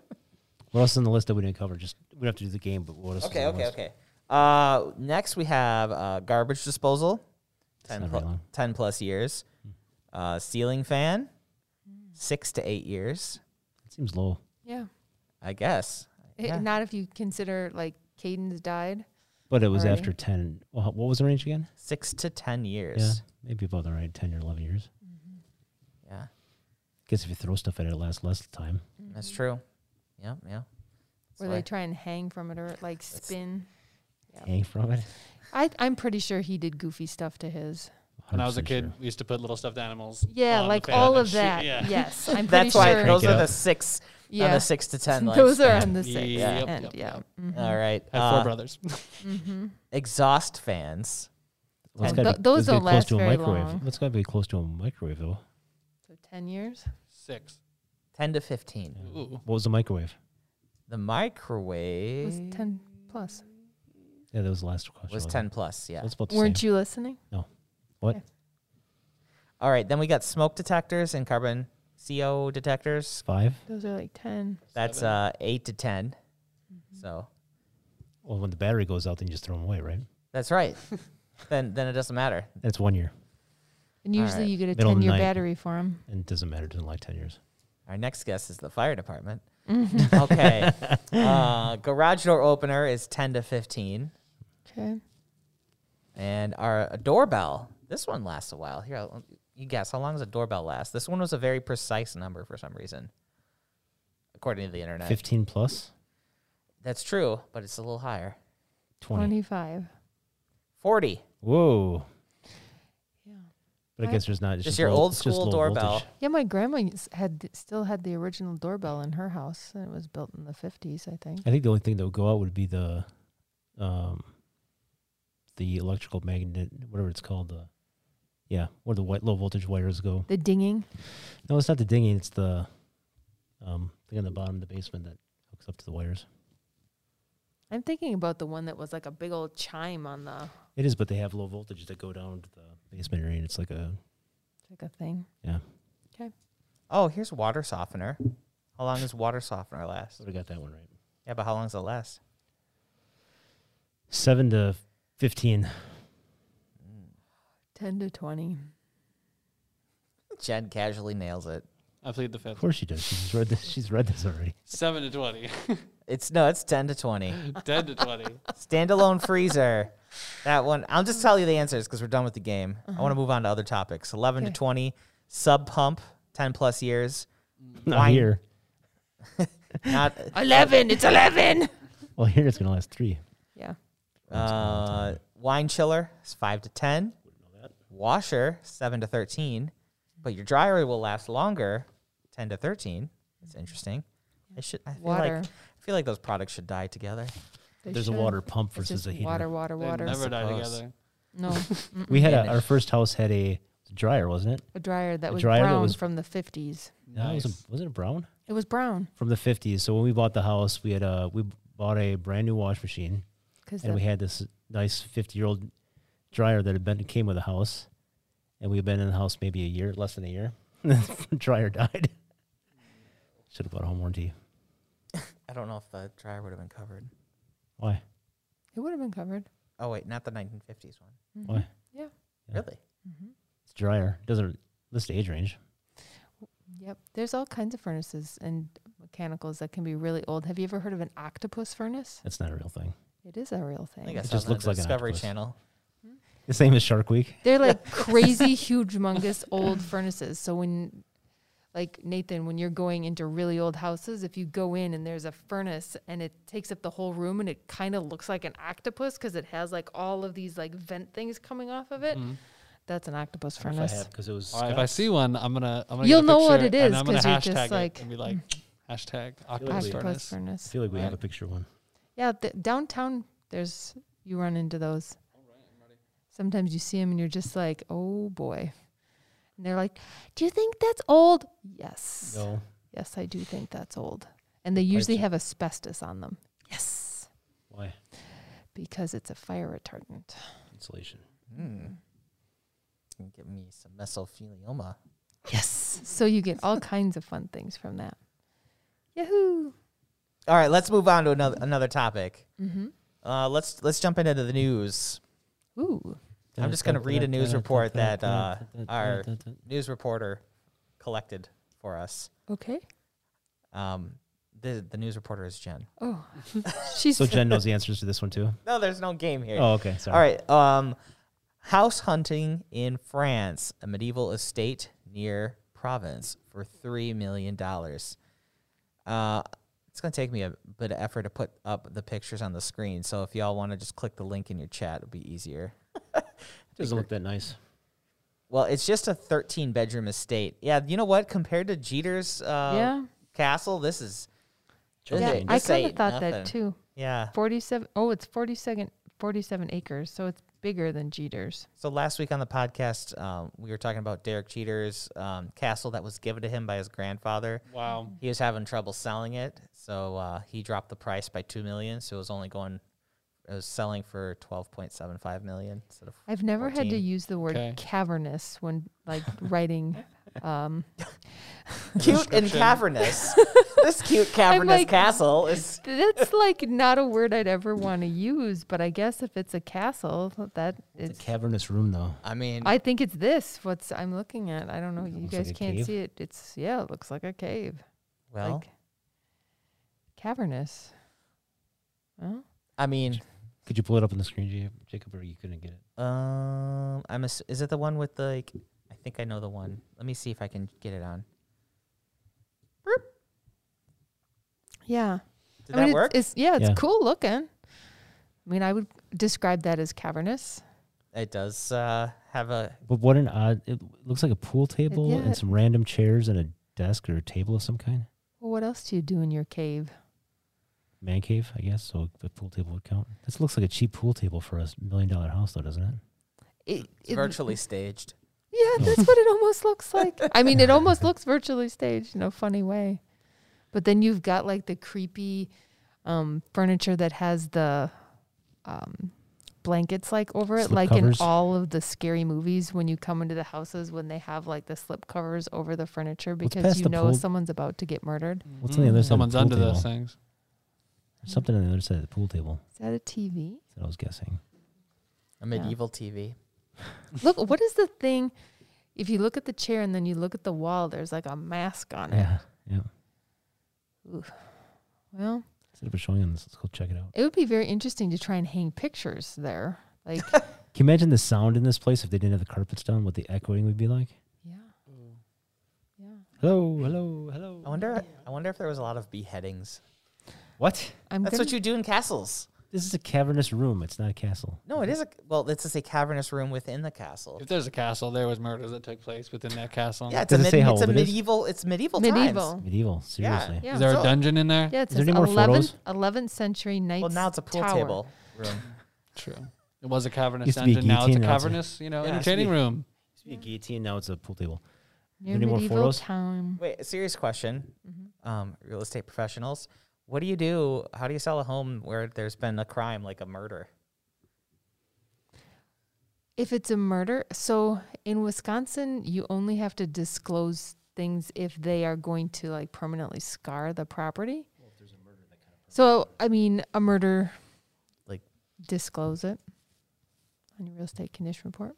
S2: what else is on the list that we didn't cover? Just we don't have to do the game, but what else?
S1: Okay,
S2: is on
S1: okay,
S2: the list?
S1: okay. Uh, next we have uh, garbage disposal, 10,
S2: not
S1: plu-
S2: very long.
S1: 10 plus years. Uh, ceiling fan,
S3: Hmm.
S1: six to eight years,
S2: It seems low.
S3: Yeah.
S1: I guess.
S3: It-
S1: Yeah.
S3: Not if you consider like Caden's died.
S2: But it was
S3: Already?
S2: after ten. Well, what was the range again?
S1: Six to ten
S2: Yeah,
S1: years.
S2: maybe about the right ten or eleven years.
S1: yeah.
S2: Guess if you throw stuff at it, it lasts less time.
S1: That's true. Yeah, yeah.
S3: Where
S1: That's
S3: Hmm. they
S1: why-
S3: try and hang from it or like spin. Yeah.
S2: Hang from it.
S3: I, I'm pretty sure he did goofy stuff to his.
S4: When I was a
S2: 100%
S4: kid,
S2: sure.
S4: we used to put little stuffed animals.
S3: Yeah,
S4: on the
S3: like
S4: fan
S3: all
S4: and
S3: of
S4: shoot-
S3: that.
S4: Yeah.
S3: Yes, I'm pretty
S1: That's why
S3: sure.
S1: those
S2: Crank
S1: are
S2: it
S1: the
S2: up.
S1: six, yeah.
S3: yeah,
S1: the six to ten.
S3: those are
S1: lifespan.
S3: on the six.
S4: Yep,
S3: and
S4: yep,
S3: yeah, Mm-hmm.
S4: yep.
S3: mm.
S1: All right.
S4: I had
S1: uh,
S4: four brothers.
S1: exhaust fans.
S2: Well, it's
S1: And
S2: gotta
S3: tho- those
S2: it's gotta
S3: don't
S2: be close
S3: last
S2: to a
S3: very
S2: microwave.
S3: long.
S2: It's got to be close to a microwave though.
S3: so ten years.
S4: Six.
S1: Ten to fifteen.
S4: Ooh.
S2: What was the microwave?
S1: The
S3: It
S1: microwave
S3: was ten plus.
S2: Yeah, that was the last question.
S1: was
S2: wasn't
S1: ten plus,
S2: it?
S1: yeah.
S2: That's about the
S3: Weren't
S2: same.
S3: you listening?
S2: What?
S3: Yeah.
S1: All right, then we got smoke detectors and carbon CO detectors.
S2: Five.
S3: Those are like ten.
S1: That's
S4: Seven.
S1: uh eight to 10 So
S2: Well, when the battery goes out, then you just throw them away, right?
S1: that's right. then then it doesn't matter.
S2: That's one year,
S3: And
S1: All
S3: usually
S1: right.
S3: you get a
S2: Middle of
S3: ten-year
S2: night.
S3: battery for him.
S2: and it doesn't matter. It doesn't like ten years.
S1: Our next guest is the fire department. okay. Uh, garage door opener is 10 to 15.
S3: Okay.
S1: And our doorbell, this one lasts a while. Here, I'll- you guess how long does a doorbell last? This one was a very precise number for some reason, according to the internet.
S2: Fifteen plus
S1: That's true, but it's a little higher.
S2: twenty.
S3: Twenty-five.
S1: 40.
S2: Whoa!
S3: Yeah.
S2: But I
S3: What?
S2: guess there's not. It's
S1: Just
S2: just
S1: your
S2: low-
S1: old
S2: it's just
S1: school
S2: low
S1: doorbell.
S2: voltage.
S3: Yeah, my grandma used- had th- still had the original doorbell in her house, and it was built in the fifties, I think.
S2: I think the only thing that would go out would be the uh, um, the electrical magnet, whatever it's called, the yeah, where the white low voltage wires go.
S3: The dinging.
S2: No, it's not the dinging. It's the um, thing on the bottom of the basement that hooks up to the wires.
S3: I'm thinking about the one that was like a big old chime on the
S2: It is, but they have low voltage that go down to the basement area. And it's like a
S3: like a thing.
S1: Oh, here's water softener. How long does water softener last?
S2: would have got that one right.
S1: Yeah, but how long does it last?
S2: Seven to fifteen.
S3: Ten to twenty.
S1: Jen casually nails it.
S4: I plead the fifth.
S2: Of course she does. She's read this. She's read this already.
S4: Seven to twenty.
S1: It's no, it's ten to twenty.
S4: Ten to twenty.
S1: Standalone freezer. That one. I'll just tell you the answers because we're done with the game. I want to move on to other topics. Eleven
S3: Okay.
S1: to twenty. Sub pump. Ten plus years.
S2: Not
S1: Wine.
S2: here.
S1: Not.
S3: Eleven. It's eleven.
S2: Well, here it's gonna last three.
S3: Yeah.
S1: Uh, wine chiller is five to ten. Washer seven to thirteen, but your dryer will last longer, ten to thirteen. That's interesting. I should. I feel
S3: Water.
S1: like I feel like those products should die together.
S3: They
S2: There's
S3: should.
S2: a water pump
S3: It's
S2: versus
S3: just
S2: a heater.
S3: water, water,
S4: They
S3: water.
S4: never die
S1: Suppose.
S4: together.
S3: No,
S2: We had a,
S1: Yeah.
S2: our first house had a dryer, wasn't it?
S3: a dryer that
S2: A
S3: was
S2: dryer that
S3: brown
S2: was-
S3: from the fifties.
S2: No, it was a, wasn't it brown?
S3: It was brown
S2: From the fifties. So when we bought the house, we had a we bought a brand new wash machine,
S3: because
S2: and we had this nice fifty year old dryer that had been came with the house, and we had been in the house maybe a year, less than a year. the dryer died. Should have bought a home warranty.
S1: I don't know if the dryer would have been covered.
S2: Why?
S3: it would have been covered.
S1: Oh wait, not the 1950s one.
S3: Mhm.
S2: Why?
S3: Yeah.
S2: Yeah.
S1: Really?
S3: Mhm.
S2: It's a dryer. It doesn't list the age range.
S3: Yep. There's all kinds of furnaces and mechanicals that can be really old. Have you ever heard of an octopus furnace?
S2: That's not a real thing.
S3: It is a real
S1: I
S3: thing.
S1: think I
S2: It
S1: saw
S2: just
S1: that on
S2: looks like an
S1: Discovery
S2: octopus.
S1: Channel.
S2: The same as Shark Week.
S3: They're like crazy, huge, humongous old furnaces. So when, like Nathan, when you're going into really old houses, if you go in and there's a furnace and it takes up the whole room and it kind of looks like an octopus because it has like all of these like vent things coming off of it,
S4: Mhm.
S3: that's an octopus
S2: Mm. I don't know if I
S3: furnace.
S2: have, 'cause it was
S4: All right, if I
S2: Scott's.
S4: see one, I'm gonna. I'm gonna
S3: You'll
S4: get a
S3: know what
S4: picture
S3: it
S4: and
S3: is
S4: I'm gonna
S3: 'cause you're
S4: hashtag
S3: just
S4: it
S3: like,
S4: and be like hashtag octopus
S2: Octopus
S4: furnace.
S3: Octopus
S2: I
S3: furnace.
S2: feel like we have
S4: Right.
S2: a picture one.
S3: Yeah, th- downtown, there's, you run into those. Sometimes you see them and you're just like, oh boy. And they're like, do you think that's old? Yes.
S2: No.
S3: Yes, I do think that's old. And they usually
S2: Pipes.
S3: have asbestos on them. Yes.
S2: Why?
S3: Because it's a fire retardant.
S2: Insulation.
S1: Mm. Give me some mesothelioma.
S3: Yes. So you get all kinds of fun things from that. Yahoo.
S1: All right, let's move on to another another topic.
S3: Mm-hmm.
S1: Uh, let's let's jump into the news.
S3: Ooh.
S1: I'm just gonna read a news report that, uh, our- News reporter collected for us.
S3: Okay.
S1: Um, the the news reporter is Jen.
S3: Oh. She's
S2: So uh, Jen knows the answers to this one too.
S1: No, there's no game here.
S2: Oh, okay. Sorry.
S1: All right. Um, house hunting in France, a medieval estate near Provence for three million dollars. Uh, it's gonna take me a bit of effort to put up the pictures on the screen. So if y'all want to just click the link in your chat, it'll be easier.
S2: Doesn't look that nice.
S1: Well, it's just a 13 bedroom estate. Yeah, you know what? Compared to Jeter's uh,
S3: Yeah.
S1: castle, this is
S2: Chump
S3: yeah,
S2: change.
S3: I
S1: This
S3: kind of
S1: ain't
S3: thought
S1: nothing.
S3: that too.
S1: yeah.
S3: 47 Oh, it's 47 47 acres, so it's bigger than Jeter's.
S1: So last week on the podcast, um, we were talking about Derek Jeter's um, castle that was given to him by his grandfather.
S4: Wow.
S1: He was having trouble selling it, so uh, he dropped the price by two million. So it was only going, it was selling for 12.75 million instead of
S3: I've never had to
S1: 14.
S3: use the word
S4: Okay.
S3: cavernous when like writing um
S1: cute and
S4: Description.
S1: cavernous. this cute cavernous
S3: like-
S1: castle is
S3: That's like not a word I'd ever want to use, but I guess if it's a castle, that
S2: It's
S3: it's.
S2: a cavernous room though.
S1: I mean,
S3: I think it's this. What's I'm looking at. I don't know. You
S2: Looks
S3: guys
S2: like a
S3: can't
S2: cave.
S3: see it. It's yeah. It looks like a cave.
S1: well,
S3: Like cavernous. Well,
S1: I mean,
S2: Could you pull it up on the screen, Ja- Jacob, or you couldn't get it?
S1: um, I'm ass- is it the one with the like? I think I know the one. Let me see if I can get it on.
S3: yeah.
S1: Did
S3: I mean,
S1: that work?
S3: It's, it's yeah. It's
S2: Yeah.
S3: cool looking. I mean, I would describe that as cavernous.
S1: it does uh, have a
S2: But what an odd! It looks like a pool table
S3: yeah.
S2: and some random chairs and a desk or a table of some kind.
S3: Well, what else do you do in your cave?
S2: man cave, I guess. So the pool table would count. This looks like a cheap pool table for a million dollar house, though, doesn't it?
S3: It,
S1: It's virtually staged.
S2: No.
S3: Yeah, that's what it almost looks like. I mean, it almost looks virtually staged in a funny way. But then you've got like the creepy um, furniture that has the um, blankets like over it,
S2: Slip
S3: like
S2: covers.
S3: in all of the scary movies when you come into the houses when they have like the slip covers over the furniture
S2: What's
S3: because
S2: past
S3: you
S2: the
S3: know
S2: pool?
S3: someone's about to get murdered.
S2: What's on the other side of the
S4: Mm-hmm. Someone's
S2: pool
S4: under those
S2: table?
S4: things.
S3: Mm-hmm.
S2: There's something on the other side of the pool table
S3: Is that a TV?
S2: that I was guessing.
S1: A medieval TV.
S3: Look, what is the thing? If you look at the chair and then you look at the wall, there's like a mask on it.
S2: Yeah, yeah.
S3: Well,
S2: Instead of showing on this, let's go check it out.
S3: It would be very interesting to try and hang pictures there. Like,
S2: Can you imagine the sound in this place if they didn't have the carpets down? What the echoing would be like?
S3: yeah,
S1: Mm.
S3: yeah.
S2: Hello, hello, hello.
S1: I wonder. I wonder if there was a lot of beheadings.
S2: What?
S3: I'm
S1: That's
S3: gonna,
S1: what you do in castles.
S2: This is a cavernous room. It's not a castle.
S1: No, it
S3: Mm-hmm.
S1: is a well. It's just a cavernous room within the castle.
S4: If there's a castle, there was murders that took place within that castle.
S1: Yeah, it's
S2: Does
S1: a,
S2: it
S1: mid,
S2: say how
S1: it's a
S2: old it is?
S1: medieval. It's medieval.
S3: medieval.
S1: Times.
S2: Medieval, seriously.
S1: Yeah.
S3: Yeah.
S4: Is there
S1: So-
S4: a dungeon in there?
S3: yeah, it
S2: Is there
S3: says
S2: any more
S3: 11th,
S2: photos?
S3: 11th century knights.
S1: Well, now it's a pool
S3: tower.
S1: table room.
S4: True. It was a cavernous
S2: Used to be a
S4: dungeon. Now it's a
S2: guillotine, now it's a-
S4: cavernous, you know,
S1: Yeah, it used to
S4: entertaining
S1: be-
S4: room.
S2: Used to be a guillotine, now it's a pool table.
S3: Near
S2: Any more
S3: medieval
S2: photos?
S3: town.
S1: Wait, a serious question.
S3: Mm-hmm.
S1: Um, real estate professionals, what do you do? How do you sell a home where there's been a crime like a murder?
S3: If it's a murder, so in Wisconsin, you only have to disclose things if they are going to like permanently scar the property. So, I mean, a murder,
S1: Like-
S3: disclose it on your real estate condition report.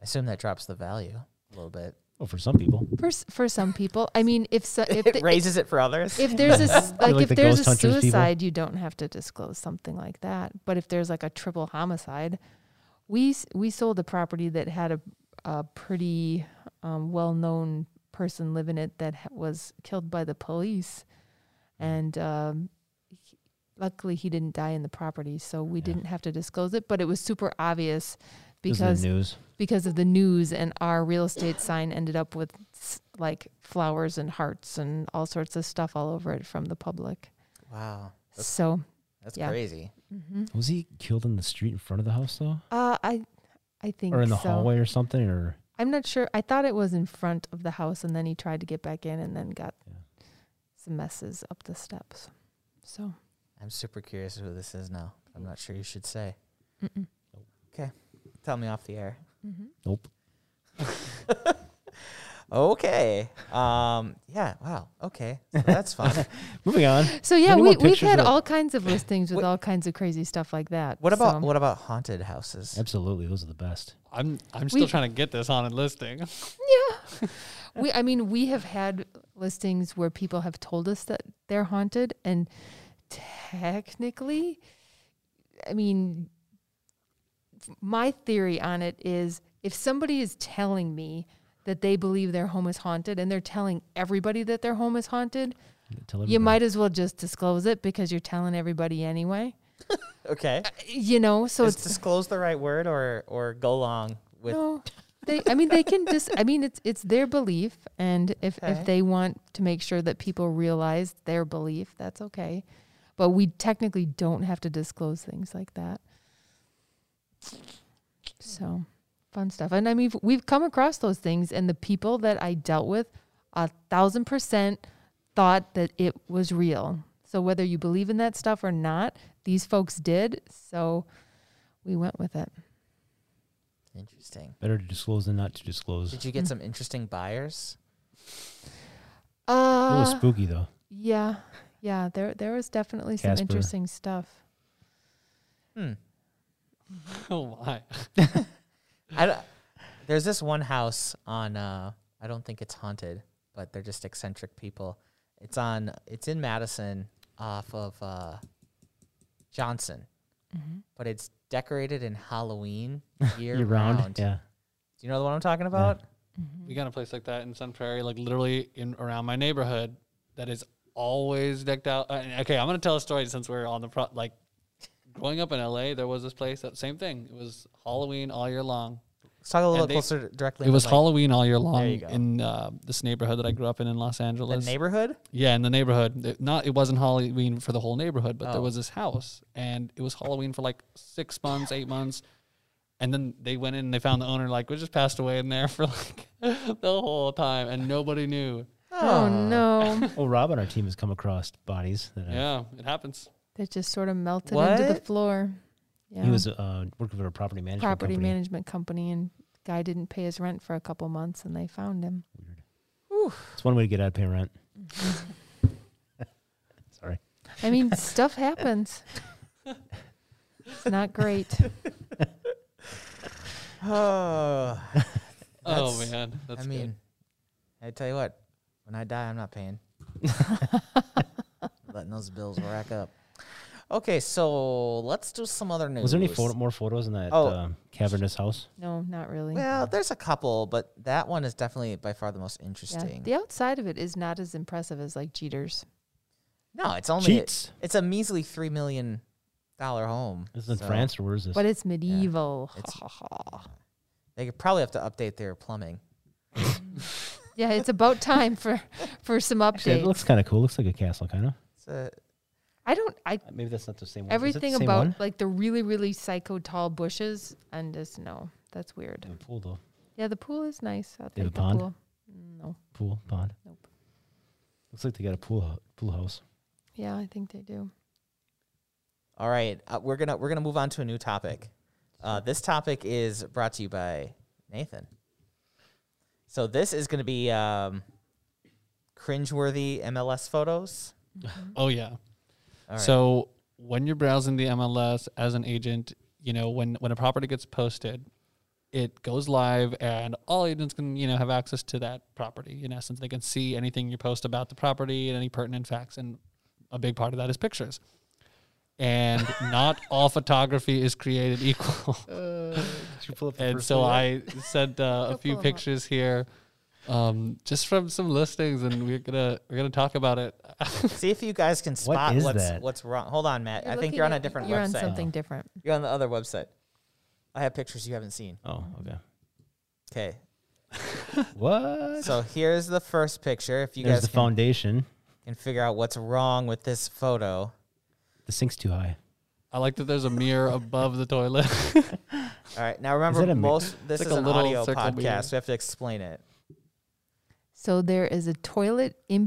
S1: I assume that drops the value a little bit.
S2: Well, Oh, for some people.
S3: For s- for some people, I mean, if so, if
S1: it
S3: the-
S1: raises it for others.
S3: if there's a s- like,
S2: like
S3: if
S2: the
S3: there's
S2: ghost
S3: a
S2: hunters people?
S3: suicide, you don't have to disclose something like that. But if there's like a triple homicide, we s- we sold a property that had a a pretty um, well known person live in it that ha- was killed by the police, and um, he- luckily he didn't die in the property, so we
S2: Yeah.
S3: didn't have to disclose it. But it was super obvious
S2: This is the
S3: because
S2: news.
S3: because of the news and our real estate sign ended up with s- like flowers and hearts and all sorts of stuff all over it from the public.
S1: wow, that's,
S3: So,
S1: that's
S3: yeah.
S1: crazy.
S2: Was he killed in the street in front of the house though?
S3: uh, I, I think
S2: Or in the
S3: so.
S2: hallway or something? Or
S3: I'm not sure. I thought it was in front of the house, and then he tried to get back in, and then got
S2: Yeah.
S3: some messes up the steps. So,
S1: I'm super curious who this is now. I'm not sure you should say.
S3: mm-mm.
S1: Tell me off the air.
S3: Mhm.
S2: nope.
S1: Okay. Um. Yeah. Wow. Okay. So that's fun.
S2: Moving on.
S3: so yeah,
S2: any more
S3: we we've
S2: pictures
S3: had
S2: of-
S3: all kinds of listings with
S1: Wait.
S3: all kinds of crazy stuff like that.
S1: What about
S3: so-
S1: what about haunted houses?
S2: Absolutely, those are the best.
S4: I'm I'm still
S3: We-
S4: trying to get this on and listing.
S3: Yeah. we I mean, we have had listings where people have told us that they're haunted and technically I mean my theory on it is if somebody is telling me that they believe their home is haunted and they're telling everybody that their home is haunted,
S2: Tell
S3: you
S2: everybody.
S3: might as well just disclose it because you're telling everybody anyway.
S1: Okay.
S3: You know, so
S1: Is
S3: it's
S1: disclose the right word or or go along with
S3: no, they. I mean, they can just. I mean, it's it's their belief, and if
S1: Okay.
S3: if they want to make sure that people realize their belief, that's okay. But we technically don't have to disclose things like that. So, fun stuff. And I mean, we've come across those things, and the people that I dealt with, a thousand percent thought that it was real. So whether you believe in that stuff or not, these folks did. So we went with it.
S1: interesting.
S2: better to disclose than not to disclose.
S1: Did you
S3: Mm.
S1: get some interesting buyers?
S2: a little
S3: Uh,
S2: spooky though.
S3: Yeah, yeah. There, there was definitely some
S2: Casper.
S3: interesting stuff.
S1: Hmm.
S4: oh my.
S1: I don't- there's this one house on uh I don't think it's haunted, but they're just eccentric people. It's on it's in Madison off of uh Johnson. But it's decorated in Halloween year,
S2: Year
S1: round.
S2: round, yeah.
S1: Do you know the one I'm talking about?
S4: We got a place like that in Sun Prairie, like literally in around my neighborhood that is always decked out. Uh, and- okay, I'm gonna tell a story since we're on the pro like growing up in LA, there was this place that same thing. It was Halloween all year long.
S1: Let's talk a little
S4: And they-
S1: closer directly.
S4: It
S1: into,
S4: was
S1: like,
S4: Halloween all year long
S1: go.
S4: in uh, this neighborhood that I grew up in in Los
S1: The
S4: Angeles.
S1: neighborhood.
S4: yeah, in the neighborhood. It, not it wasn't Halloween for the whole neighborhood, but there
S1: Oh.
S4: was this house, and it was Halloween for like six months, eight months, and then they went in and they found the owner like we just passed away in there for like the whole time, and nobody knew.
S3: Oh, no.
S2: Well, Rob on our team has come across bodies that uh,
S4: Yeah, it happens.
S3: that just sort of melted into the
S1: What?
S3: floor. Yeah.
S2: he was uh, working for a property management
S3: property
S2: company.
S3: management company and guy didn't pay his rent for a couple months and they found him.
S2: It's one way to get out of paying rent. Sorry.
S3: I mean, stuff happens. It's not great.
S1: Oh,
S4: Oh
S1: That's-
S4: man, that's
S1: I mean, I tell you what, when I die, I'm not paying. Letting those bills rack up. Okay, so let's do some other news.
S2: Was there any photo, more photos in that
S1: Oh.
S2: uh, cavernous house?
S3: No, not really.
S1: Well, there's a couple, but that one is definitely by far the most
S3: yeah.
S1: interesting.
S3: The outside of it is not as impressive as like Jeter's.
S1: No, it's only
S2: Cheats.
S1: it's a measly three million dollar home.
S2: This is in
S1: so
S2: France, or where is this?
S3: But it's medieval.
S1: It's- They could probably have to update their plumbing.
S3: yeah, it's about time for for some
S2: Actually, it
S3: updates.
S2: looks kind of cool. Looks like a castle, kind of.
S1: It's a,
S3: I don't I
S2: Uh, Maybe that's not the same one.
S3: everything about like the really really psycho tall bushes and just no. That's weird.
S1: Hmm.
S2: the pool, though.
S3: Yeah, the pool is nice. I'll
S2: They have
S3: take
S2: a
S3: the
S2: pond?
S3: pool. No.
S2: Pool, pond.
S3: Nope.
S2: Looks like they got a pool, hou- pool house.
S3: Yeah, I think they do.
S1: all right. Uh, we're gonna we're gonna move on to a new topic. Uh, this topic is brought to you by Nathan. So this is gonna be um, cringeworthy MLS photos.
S4: Oh yeah.
S1: All right.
S4: So when you're browsing the MLS as an agent, you know when when a property gets posted, it goes live, and all agents can you know have access to that property. In essence, they can see anything you post about the property and any pertinent facts, and a big part of that is pictures. And not all photography is created equal.
S1: Uh,
S2: Did you pull up
S4: and so I sent uh, a
S3: Go
S4: few
S3: pull 'em up.
S4: pictures here, um, just from some listings, and we're gonna we're gonna talk about it.
S1: see if you guys can
S2: What
S1: spot
S2: is
S1: what's
S2: that?
S1: what's wrong. Hold on, Matt. I think
S3: looking
S1: you're on
S3: at-
S1: a different
S3: you're
S1: website. Oh.
S3: on something different.
S1: You're on the other website. I have pictures you haven't seen.
S2: Oh, okay.
S1: Okay.
S2: What?
S1: So here's the first picture. If you
S2: There's
S1: guys
S2: the
S1: can,
S2: foundation.
S1: can figure out what's wrong with this photo.
S2: The sink's too high.
S4: I like that there's a mirror above the toilet.
S1: All right. Now remember,
S2: it a mi-
S1: most this
S4: like
S1: is
S4: a
S1: an
S4: little
S1: audio
S4: circle
S1: podcast.
S4: mirror.
S1: We have to explain it.
S3: So there is a toilet in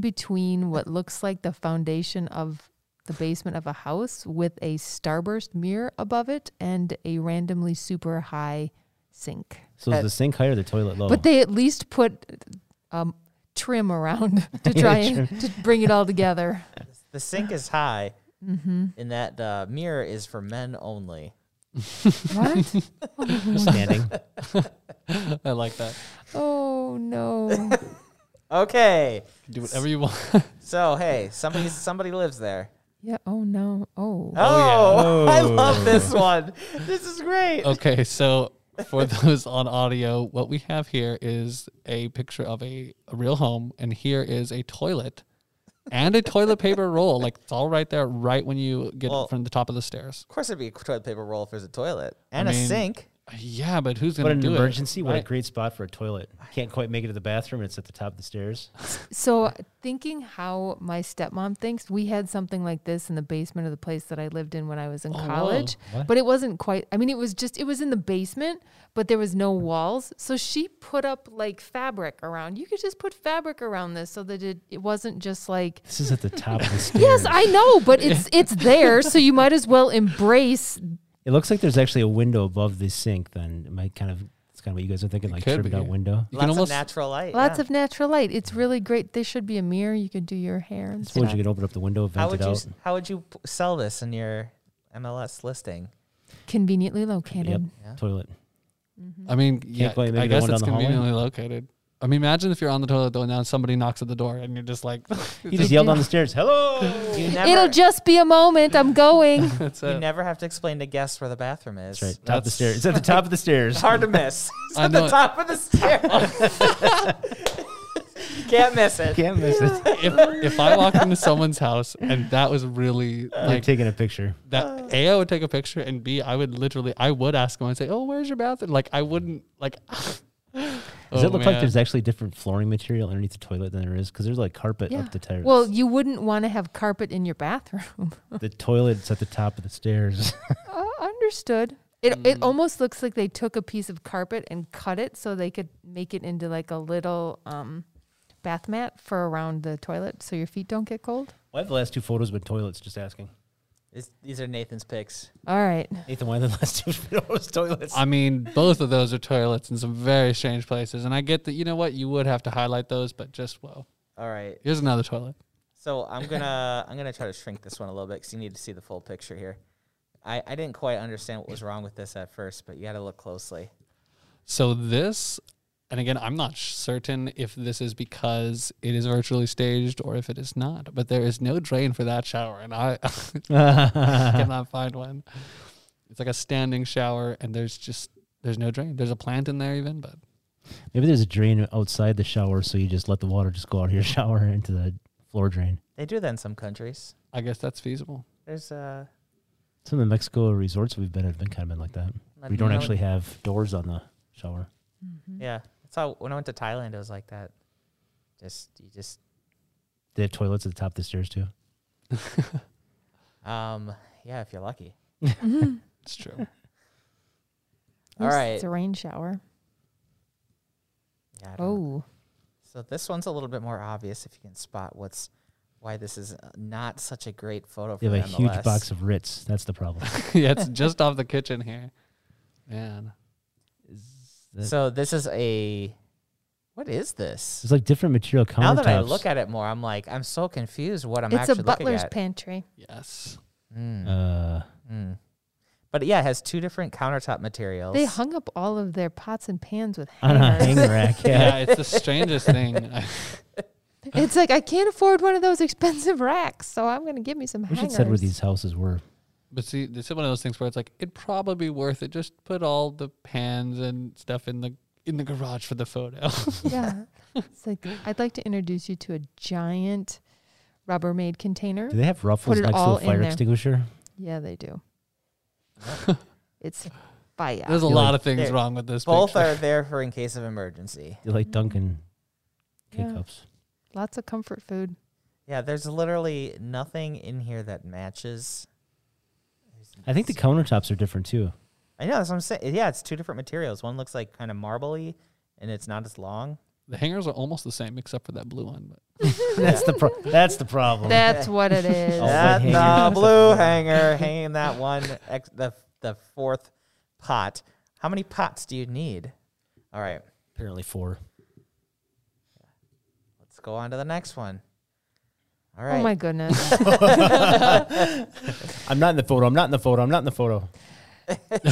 S3: between what looks like the foundation of the basement of a house with a starburst mirror above it and a randomly super high sink.
S2: So is
S1: At-
S2: the sink high or the toilet
S1: Oh.
S2: low?
S3: But they at least put um, trim around to try and to bring it all together. Mm-hmm.
S1: The sink is high, and that uh, mirror is for men only.
S3: What?
S2: standing.
S4: I like that.
S3: Oh no.
S1: Okay.
S4: Do whatever you want.
S1: So hey, somebody somebody lives there.
S3: Yeah, oh no. Oh.
S1: Oh,
S2: yeah. Oh.
S1: I love this one. This is great.
S4: Okay, so for those on audio, what we have here is a picture of a, a real home, and here is a toilet and a toilet paper roll. Like it's all right there, right when you get
S1: Well-
S4: from the top of the stairs.
S1: Of course, it'd be a toilet paper roll if there's a toilet and a
S4: mean-
S1: sink.
S4: Yeah, but who's
S2: What
S4: gonna
S2: an
S4: do
S2: emergency!
S4: it?
S2: What a
S4: right?
S2: great spot for a toilet. Can't quite make it to the bathroom, and it's at the top of the stairs.
S3: So, thinking how my stepmom thinks, we had something like this in the basement of the place that I lived in when I was in
S4: Oh, whoa.
S3: college.
S2: What?
S3: But it wasn't quite, I mean, it was just, it was in the basement, but there was no walls. So, she put up like fabric around. You could just put fabric around this so that it, it wasn't just like,
S2: This is at the top of the stairs.
S3: yes, I know, but it's it's there. So, you might as well embrace.
S2: It looks like there's actually a window above the sink. Then it might kind of it's kind of what you guys are thinking, like
S4: could
S2: trimmed
S4: be.
S2: out window.
S4: You
S1: Lots
S4: can almost
S1: of natural light.
S3: Lots
S1: yeah.
S3: of natural light. It's really great. There should be a mirror. You could do your hair and
S2: Suppose
S3: stuff.
S2: you could open up the window, vent
S1: How would
S2: it
S1: you
S2: out.
S1: s- How would you p- sell this in your MLS listing?
S3: Conveniently
S2: Yep,
S3: located.
S1: Yeah.
S2: toilet.
S4: I mean, yeah,
S2: quite make
S4: I
S2: it
S4: guess
S2: one
S4: it's
S2: down the hallway.
S4: conveniently located. I mean, imagine if you're on the toilet though, and now somebody knocks at the door, and you're just like,
S2: He just yelled down the stairs, "Hello!"
S1: You
S3: It'll
S1: never,
S3: just be a moment. I'm going.
S4: "That's
S1: you
S4: it."
S1: never have to explain to guests where the bathroom is.
S2: That's right, top of the
S4: That's-
S2: stairs. It's at the top of the
S1: It's
S2: stairs.
S1: hard to miss. It's
S4: I
S1: at the
S4: know it.
S1: top of the stairs. Can't miss it.
S2: Can't miss it.
S4: if if I walked into someone's house and that was really
S2: Like
S4: like
S2: taking a picture.
S4: that A, I would take a picture, and B, I would literally, I would ask them and say, "Oh, where's your bathroom?" Like, I wouldn't like. Does
S2: Does
S4: oh,
S2: it look like there's actually different flooring material underneath the toilet than there is? Because there's like carpet
S3: Yeah.
S2: up the terrace.
S3: Well, you wouldn't want to have carpet in your bathroom.
S2: the toilet's at the top of the stairs.
S3: Uh, understood. It
S1: Mm.
S3: it almost looks like they took a piece of carpet and cut it so they could make it into like a little um, bath mat for around the toilet, so your feet don't get cold.
S2: why have the last two photos been toilets? Just asking.
S1: This- these are Nathan's picks.
S3: All right.
S2: Nathan, why the last two photos toilets?
S4: I mean, both of those are toilets in some very strange places, and I get that. You know what? You would have to highlight those, but just whoa.
S1: All right.
S4: Here's another toilet.
S1: So I'm gonna I'm gonna try to shrink this one a little bit because you need to see the full picture here. I, I didn't quite understand what was wrong with this at first, but you got to look closely.
S4: So this, and again, I'm not sh- certain if this is because it is virtually staged or if it is not, but there is no drain for that shower, and I cannot find one. It's like a standing shower, and there's just there's no drain. There's a plant in there even, but
S2: Maybe there's a drain outside the shower, so you just let the water just go out of your shower into the floor drain.
S1: They do that in some countries.
S4: I guess that's feasible.
S1: There's uh,
S2: Some of the Mexico resorts we've been at have been kind of been like that.
S1: not-
S2: We don't
S1: when I
S2: actually
S1: went-
S2: have doors on the shower.
S3: Mm-hmm.
S1: yeah, that's how when I went to Thailand, it was like that. Just you just
S2: They have toilets at the top of the stairs too.
S1: um yeah, if you're lucky.
S4: It's true.
S1: All
S3: Yes,
S1: right.
S3: It's a rain shower.
S1: Yeah, I don't know.
S3: Oh.
S1: So this one's a little bit more obvious if you can spot what's why this is uh, not such a great photo. For
S2: They have a huge
S1: nonetheless.
S2: box of Ritz. That's the problem.
S4: yeah, it's just off the kitchen here. Man,
S2: that-
S1: So this is a what is this?
S2: It's like different material countertops.
S1: Now that I look at it more, I'm like, I'm so confused what I'm
S3: it's a
S1: actually looking
S3: butler's
S1: at.
S3: pantry.
S4: yes.
S1: Mm,
S2: uh,
S1: mm. But yeah, it has two different countertop materials.
S3: They hung up all of their pots and pans with
S2: on a
S3: hangers.
S2: hanger rack, yeah.
S4: Yeah, it's the strangest thing.
S3: it's like I can't afford one of those expensive racks, so I'm going to give me some
S2: We
S3: hangers.
S2: should said where these houses were.
S4: But see, this is one of those things where it's like it'd probably be worth it. Just put all the pans and stuff in the in the garage for the photo.
S3: yeah. It's like I'd like to introduce you to a giant Rubbermaid container.
S2: Do they have ruffles
S3: it
S2: next to
S3: all
S2: the
S3: in
S2: fire
S3: there.
S2: extinguisher?
S3: Yeah, they do. it's fire.
S4: There's a
S2: You're
S4: lot
S2: like-
S4: of things
S1: There-
S4: wrong with this.
S1: Both
S4: picture.
S1: are there for in case of emergency.
S2: They're like Dunkin' K
S3: Yeah.
S2: cups.
S3: Lots of comfort food.
S1: Yeah, there's literally nothing in here that matches.
S2: I think the countertops are different too.
S1: I know that's what I'm saying. Yeah, it's two different materials. One looks like kind of marbly, and it's not as long.
S4: the hangers are almost the same except for that blue one. But
S2: that's the pro- that's the problem.
S3: That's what it is.
S2: Oh,
S1: That
S2: hanger.
S1: the blue hanger hanging that one ex- the the fourth pot. How many pots do you need? All right,
S2: Apparently four.
S1: let's go on to the next one. All right.
S3: Oh my goodness.
S2: I'm not in the photo. I'm not in the photo. I'm not in the photo.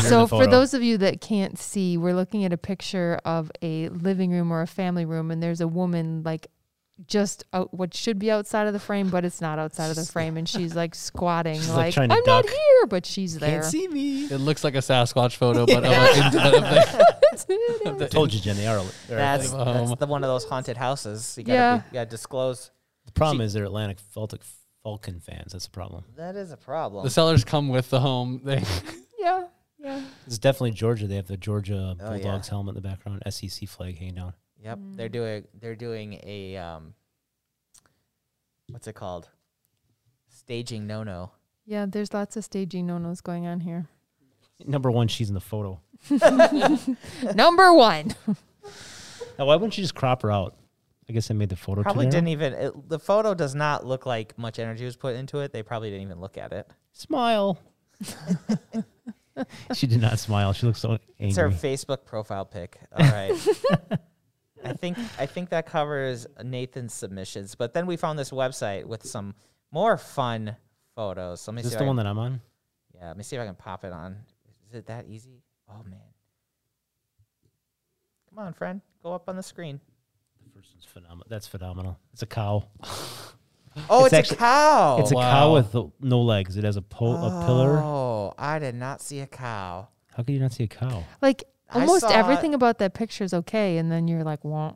S3: so for
S2: photo.
S3: those of you that can't see, we're looking at a picture of a living room or a family room and there's a woman like just out what should be outside of the frame, but it's not outside of the frame and she's like squatting
S2: She's, like,
S3: like,
S2: trying to
S3: I'm not
S2: duck.
S3: here, but she's there.
S2: see me.
S4: it looks like a Sasquatch photo, but of, a, of the, of the-
S2: Told you, Jen. They are. they're
S1: That's,
S2: Atlantic.
S1: that's
S4: Um,
S1: the one of those haunted houses. You gotta,
S3: Yeah.
S1: be, you gotta disclose.
S2: the problem is they're Atlantic Faltic Falcon fans. That's the problem.
S1: That is a problem.
S4: the sellers come with the home. They
S3: Yeah. Yeah.
S2: It's definitely Georgia. They have the Georgia
S1: Oh, yeah.
S2: Bulldogs helmet in the background, SEC flag hanging down.
S1: Yep, they're doing they're doing a um, what's it called? Staging no no.
S3: Yeah, there's lots of staging no nos going on here.
S2: Number one, she's in the photo.
S3: Number one.
S2: Now, why wouldn't you just crop her out? I guess I made the photo.
S1: Probably
S2: too narrow.
S1: didn't even it, the photo does not look like much energy was put into it. They probably didn't even look at it.
S2: smile. she did not smile. She looks so
S1: It's her
S2: angry.
S1: Facebook profile pic. All right. I think I think that covers Nathan's submissions, but then we found this website with some more fun photos. Let me
S2: Is this
S1: see. if
S2: the
S1: I
S2: one
S1: can-
S2: that I'm on?
S1: yeah, let me see if I can pop it on. Is it that easy? Oh man. Come on, friend. Go up on the screen.
S2: Person's phenomenal. That's phenomenal. It's a cow.
S1: Oh,
S2: It's
S1: it's,
S2: actually-
S1: a cow.
S2: it's a
S4: wow.
S2: cow with uh, no legs. It has a pole, a pillar.
S1: Oh, I did not see a cow.
S2: How could you not see a cow?
S3: Like
S1: I
S3: almost
S1: saw-
S3: everything about that picture is okay, and then you're like, "Wah."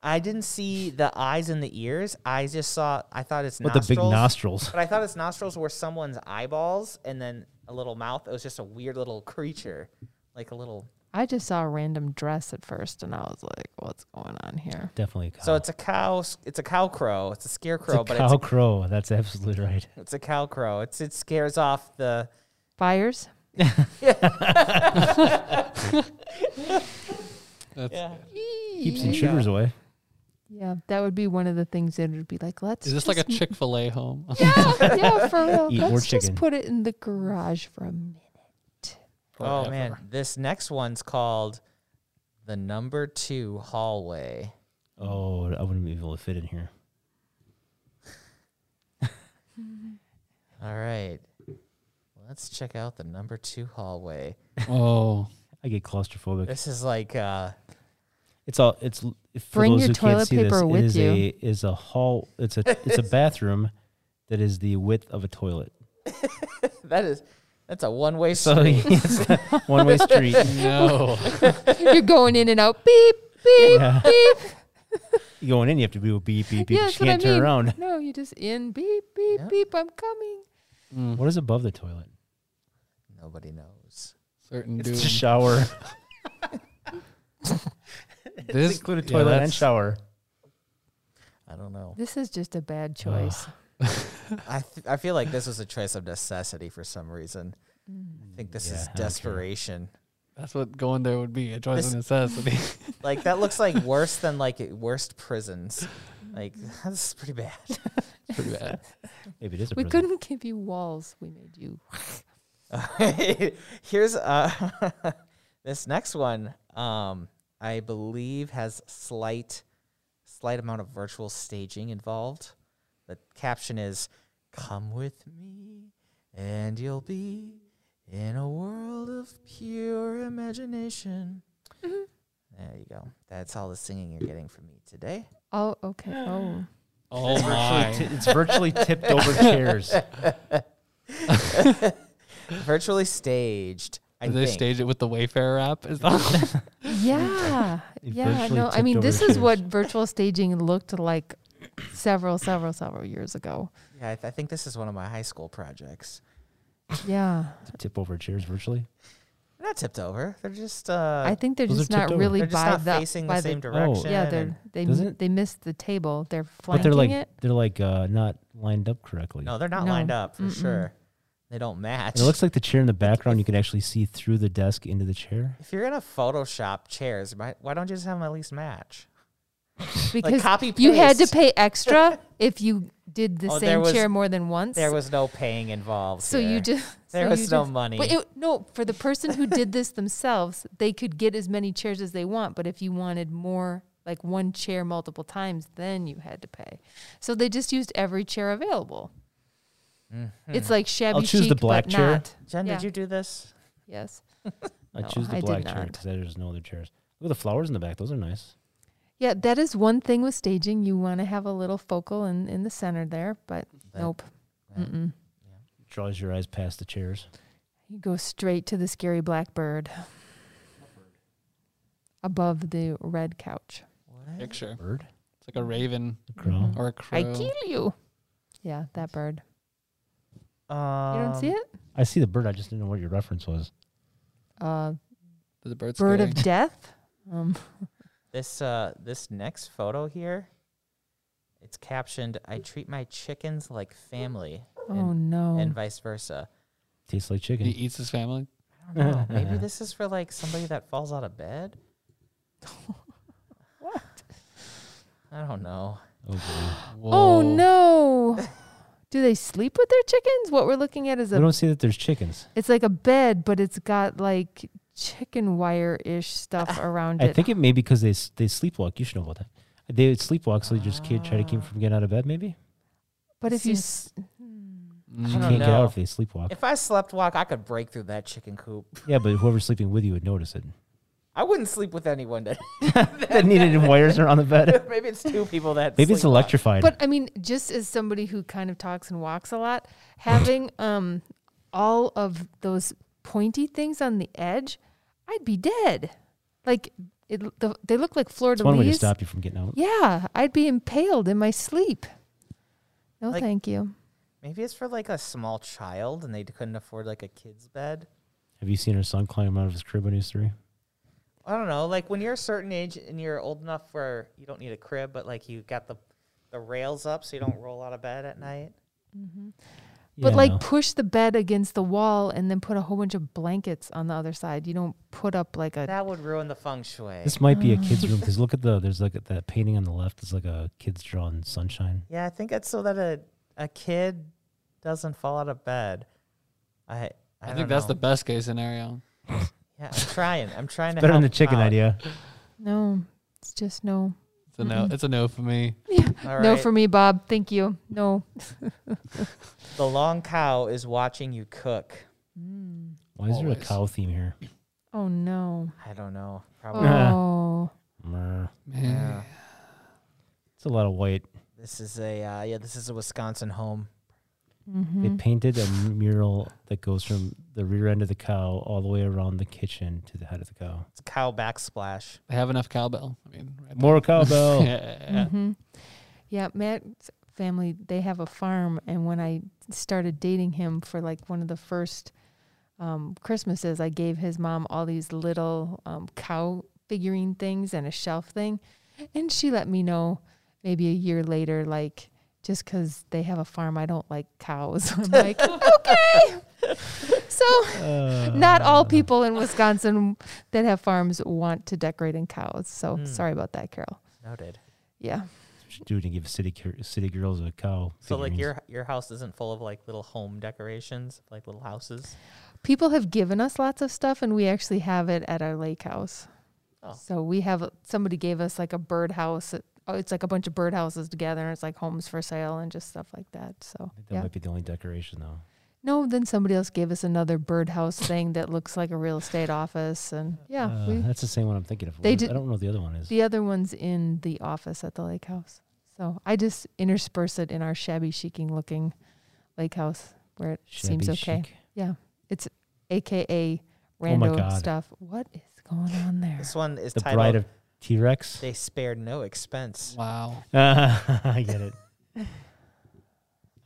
S1: I didn't see the eyes and the ears. I just saw. I thought it's
S2: With the
S1: nostrils.
S2: big nostrils.
S1: But I thought its nostrils were someone's eyeballs and then a little mouth. It was just a weird little creature, like a little.
S3: I just saw a random dress at first, and I was like, "What's going on here?"
S2: Definitely. A cow.
S1: So it's a cow. It's a cow crow. It's a scarecrow,
S2: Oh. a
S1: but
S2: cow crow. That's absolutely right.
S1: it's a, it's a cow crow. It's it scares off the.
S3: Buyers,
S4: That's,
S1: Yeah.
S2: Keeps
S1: There you
S2: intruders
S1: go.
S2: away.
S3: yeah, that would be one of the things that would be like, "Let's."
S4: Is this
S3: just
S4: like a Chick Fil A home?
S3: yeah, yeah, for real.
S2: Eat more
S3: Let's just
S2: chicken.
S3: put it in the garage for a minute.
S1: Oh man, this next one's called the number two hallway.
S2: Oh, I wouldn't be able to fit in here.
S1: All right, let's check out the number two hallway.
S4: Oh,
S2: I get claustrophobic.
S1: This is like uh,
S2: It's all. It's l- for
S3: Bring
S2: those
S3: your
S2: who
S3: toilet
S2: can't see this,
S3: paper with
S2: it is
S3: you.
S2: a is a hall. It's a it's a bathroom that is the width of a toilet.
S1: that is that's a one way
S2: So
S1: street.
S2: it's one way street.
S4: no.
S3: You're going in and out. Beep beep
S2: Yeah.
S3: beep.
S2: You going in, you have to do a beep beep beep.
S3: Yeah,
S2: but
S3: that's
S2: you
S3: what I
S2: can't turn
S3: mean.
S2: around.
S3: No, you just in. Beep beep
S1: Yep.
S3: beep. I'm coming.
S4: Mm,
S2: What is above the toilet?
S1: Nobody knows.
S4: certain
S2: It's
S4: doom.
S2: a shower.
S4: This
S2: Include a
S4: yeah,
S2: toilet and
S4: that's-
S2: shower.
S1: I don't know.
S3: This is just a bad choice.
S1: I th- I feel like this was a choice of necessity for some reason.
S2: Mm.
S1: I think this
S2: Yeah,
S1: is
S2: okay.
S1: desperation.
S4: That's what going there would be. A choice
S1: This-
S4: of necessity.
S1: Like that looks like worse than like worst prisons. Like this is pretty bad.
S4: Pretty bad.
S2: Maybe it is a
S3: We
S2: prison.
S3: couldn't give you walls. We made you.
S1: Here's uh this next one. Um, I believe has slight, slight amount of virtual staging involved. The caption is, "Come with me, and you'll be in a world of pure imagination." There you go. That's all the singing you're getting from me today.
S3: Oh, okay. Oh,
S4: Oh
S2: Virtually
S4: my.
S2: ti- it's virtually tipped over chairs.
S1: Virtually staged. I
S4: Did they
S1: think.
S4: stage it with the Wayfair app? Is that
S3: yeah,
S2: It
S3: yeah.
S2: virtually
S3: No, I
S2: tipped
S3: mean
S2: over
S3: this
S2: the
S3: is what
S2: chairs.
S3: virtual staging looked like several, several, several years ago.
S1: Yeah, I, th- I think this is one of my high school projects.
S3: Yeah,
S2: Tip over chairs virtually.
S1: They're not tipped over. They're just. Uh,
S3: I think they're
S2: Those are
S3: just not
S2: tipped over.
S3: really
S1: They're just
S3: by
S1: not
S3: the
S1: facing
S3: by
S1: the same
S2: Oh.
S1: direction.
S3: Yeah,
S1: and-
S3: they're, they
S2: Does
S3: m-
S2: it-
S3: they missed the table. They're
S2: But
S3: flanking
S2: they're like
S3: it.
S2: they're like uh, not lined up correctly.
S1: no, they're not
S3: No.
S1: lined up for
S3: Mm-mm.
S1: sure. They don't match.
S2: And it looks like the chair in the background you can actually see through the desk into the chair.
S1: if you're gonna Photoshop chairs, why, why don't you just have them at least match?
S3: Because
S1: copy
S3: you had to
S1: paste.
S3: pay extra if you did the
S1: Oh, there
S3: same
S1: was-
S3: chair more than once.
S1: There was no paying involved.
S3: so
S1: here.
S3: you just
S1: There
S3: so
S1: was
S3: you
S1: no
S3: just-
S1: money.
S3: But it, no, for the person who did this themselves, they could get as many chairs as they want. But if you wanted more, like one chair multiple times, then you had to pay. So they just used every chair available.
S1: Hmm.
S3: It's like shabby
S2: choose the
S3: chic,
S2: black
S3: but
S2: chair.
S3: not.
S1: Mm-hmm. Jen,
S3: yeah.
S1: did you do this?
S3: Yes.
S2: I
S3: No,
S2: choose the
S3: I did
S2: black chair
S3: not.
S2: because there's no other chairs. Look at the flowers in the back; those are nice.
S3: Yeah, that is one thing with staging. You want to have a little focal in, in the center there, but
S1: That-
S3: nope.
S1: yeah.
S3: Mm-mm.
S2: Draws your eyes past the chairs.
S3: You go straight to the scary blackbird above the red couch.
S1: What?
S4: picture?
S2: Bird,
S4: It's like a raven
S2: the crow.
S3: Mhm.
S4: or a
S3: I
S4: crow.
S3: kill you. Yeah, that bird.
S1: Um,
S3: You
S2: um,
S3: don't see it?
S2: I see the bird. I just didn't know what your reference was.
S3: Uh,
S4: The bird's
S3: bird of death. Um,
S1: This uh, this next photo here, it's captioned "I treat my chickens like family"
S3: oh no.
S1: and vice versa.
S2: Tastes like
S4: He
S2: chicken.
S4: eats his family.
S1: I don't know. Maybe this is for like somebody that falls out of bed.
S3: What?
S1: I don't know.
S2: Oh, boy.
S3: Oh
S4: Whoa.
S3: no. Do they sleep with their chickens? What we're looking at is
S2: we
S3: a
S2: don't see that there's chickens.
S3: it's like a bed, but it's got like chicken wire ish stuff around
S2: I
S3: it.
S2: think it may be because they s- they sleepwalk. You should know about that. They would sleepwalk, so they just can't try to
S3: Ah.
S2: keep from getting out of bed. Maybe
S3: but if you
S1: Seems-
S3: s- hmm.
S1: I
S2: you
S1: don't
S2: can't get
S1: know.
S2: out if they sleepwalk.
S1: If I slept walk, I could break through that chicken coop.
S2: yeah, but whoever's sleeping with you would notice it.
S1: I wouldn't sleep with anyone that
S2: that needed wires around the bed.
S1: Maybe it's two people that.
S2: Maybe it's
S1: sleepwalk.
S2: electrified.
S3: But I mean, just as somebody who kind of talks and walks a lot, having um all of those pointy things on the edge, I'd be dead. Like It, l- the, they look like fleur
S2: It's
S3: de
S2: one way to
S3: lis.
S2: stop you from getting out.
S3: Yeah, I'd be impaled in my sleep. No,
S1: Like-
S3: thank you.
S1: Maybe it's for like a small child and they d- couldn't afford like a kid's bed.
S2: Have you seen her son climb out of his crib when he was three?
S1: I don't know. Like when you're a certain age and you're old enough where you don't need a crib, but like you got the the rails up so you don't roll out of bed at night.
S3: But
S2: Yeah,
S3: like
S2: no.
S3: push the bed against the wall and then put a whole bunch of blankets on the other side. You don't put up like a
S1: That would ruin the feng shui.
S2: this might be a kid's room because look at the there's like a, that painting on the left is like a kid's drawing sunshine.
S1: Yeah, I think it's so that a a kid doesn't fall out of bed. I I,
S4: I,
S1: don't
S4: think that's
S1: know.
S4: the best case scenario.
S1: Yeah, I'm trying. I'm trying to
S2: Better than the
S1: help
S2: chicken
S1: out.
S2: idea.
S3: no. It's just no.
S4: It's a no.
S3: Mm-mm.
S4: It's a no for me.
S1: All
S3: No
S1: right.
S3: for me, Bob. Thank you. No.
S1: the long cow is watching you cook. Mm.
S2: Why is there a
S4: Always.
S2: cow theme here?
S3: Oh no.
S1: I don't know. Probably
S3: Oh.
S2: Mer.
S1: yeah.
S2: It's a lot of white.
S1: This is a uh, yeah. This is a Wisconsin home.
S3: mm-hmm.
S2: They
S3: Mm.
S2: painted a mural that goes from the rear end of the cow all the way around the kitchen to the head of the cow.
S1: It's a cow backsplash.
S4: They have enough cowbell. I mean, right
S2: More cowbell.
S4: there. yeah, yeah.
S3: hmm Yeah, Matt's family, they have a farm. And when I started dating him for like one of the first um, Christmases, I gave his mom all these little um, cow figurine things and a shelf thing. And she let me know maybe a year later, like, just 'cause they have a farm, I don't like cows. I'm like, okay. So
S2: Uh,
S3: not all people in Wisconsin that have farms want to decorate in
S2: Hmm.
S3: cows. So
S1: Mm.
S3: sorry about that, Carol.
S1: Noted.
S3: Yeah.
S2: Dude, and give city cur- city girls a cow.
S1: So like
S2: figurines.
S1: your your house isn't full of like little home decorations, like little houses.
S3: people have given us lots of stuff and we actually have it at our lake house
S1: Oh.
S3: so we have somebody gave us like a birdhouse oh, it's like a bunch of birdhouses together and it's like homes for sale and just stuff like that so
S2: I think that
S3: yeah
S2: might be the only decoration though.
S3: no then somebody else gave us another birdhouse thing that looks like a real estate office and yeah
S2: Uh,
S3: we,
S2: that's the same one I'm thinking of.
S3: They
S2: What is-
S3: did-
S2: I don't know what the other one is.
S3: the other one's in the office at the lake house so i just intersperse it in our shabby chiking looking lake house where it seems
S2: Shabby
S3: okay
S2: chic.
S3: Yeah. It's AKA
S2: Oh my
S3: rando
S2: God.
S3: stuff. What is going on there?
S1: This one is
S2: The
S1: titled.
S2: Bride of T Rex.
S1: they spared no expense.
S4: Wow.
S2: I get it. I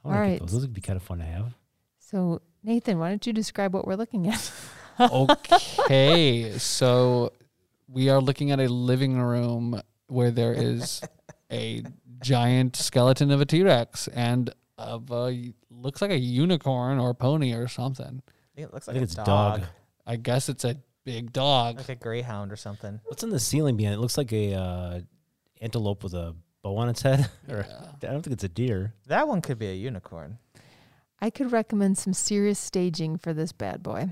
S2: wanna
S3: All
S2: get
S3: right.
S2: Those. those would be kind of fun to have.
S3: So, Nathan, why don't you describe what we're looking at?
S4: okay, so we are looking at a living room where there is a giant skeleton of a T Rex and of a looks like a unicorn or a pony or something.
S1: It looks
S2: I
S1: like
S2: think
S1: a
S2: it's
S1: dog,
S2: dog.
S4: I guess it's a big dog.
S1: like a greyhound or something.
S2: What's in the ceiling behind it? It looks like a uh, antelope with a bow on its head. or
S4: Yeah.
S2: I don't think it's a deer.
S1: That one could be a unicorn.
S3: I could recommend some serious staging for this bad boy.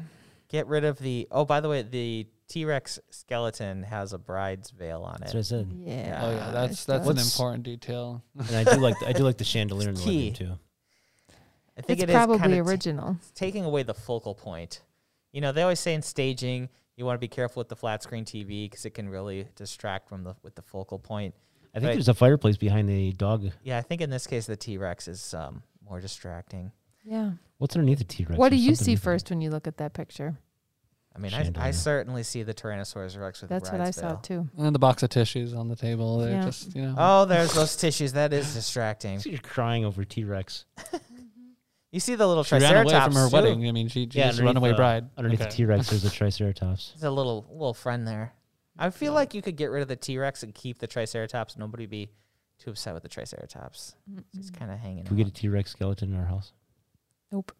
S1: Get rid of the. Oh, by the way, the T Rex skeleton has a bride's veil on
S2: That's what I
S1: it.
S2: said.
S3: Yeah.
S4: Oh yeah,
S3: Ah, it
S4: that's that's an
S3: does.
S2: What's-
S4: important detail.
S2: And I do like the, I do like the chandelier in the living
S1: Key.
S2: room too.
S1: I think
S3: it's
S1: it is
S3: probably
S1: kinda t-
S3: original.
S1: taking away the focal point. You know, they always say in staging, you want to be careful with the flat screen TV because it can really distract from the with the focal point.
S2: I think
S1: Right.
S2: there's a fireplace behind the dog.
S1: Yeah, I think in this case the T Rex is um, more distracting.
S3: yeah.
S2: What's underneath the T Rex?
S3: What do you see first when you look at that picture?
S1: I mean, I, I
S2: Chandelier.
S1: certainly see the Tyrannosaurus Rex with
S3: That's
S1: the
S3: what I
S1: bride's
S3: saw
S1: veil.
S3: too.
S4: And the box of tissues on the table. They're
S3: Yeah.
S4: just you know
S1: Oh, there's those tissues. That is distracting.
S2: you're crying over T Rex.
S1: You see the little
S4: she ran away
S1: Triceratops
S4: from her
S1: too.
S4: wedding. I mean she, she just a runaway bride.
S2: Underneath
S4: Okay.
S2: the T Rex, there's a Triceratops.
S1: There's a little little friend there. I feel like you could get rid of the T Rex and keep the Triceratops. Nobody would be too upset with the Triceratops. Just kind of hanging
S2: Can Mm. we
S1: out.
S2: get a T Rex skeleton in our house?
S3: Nope.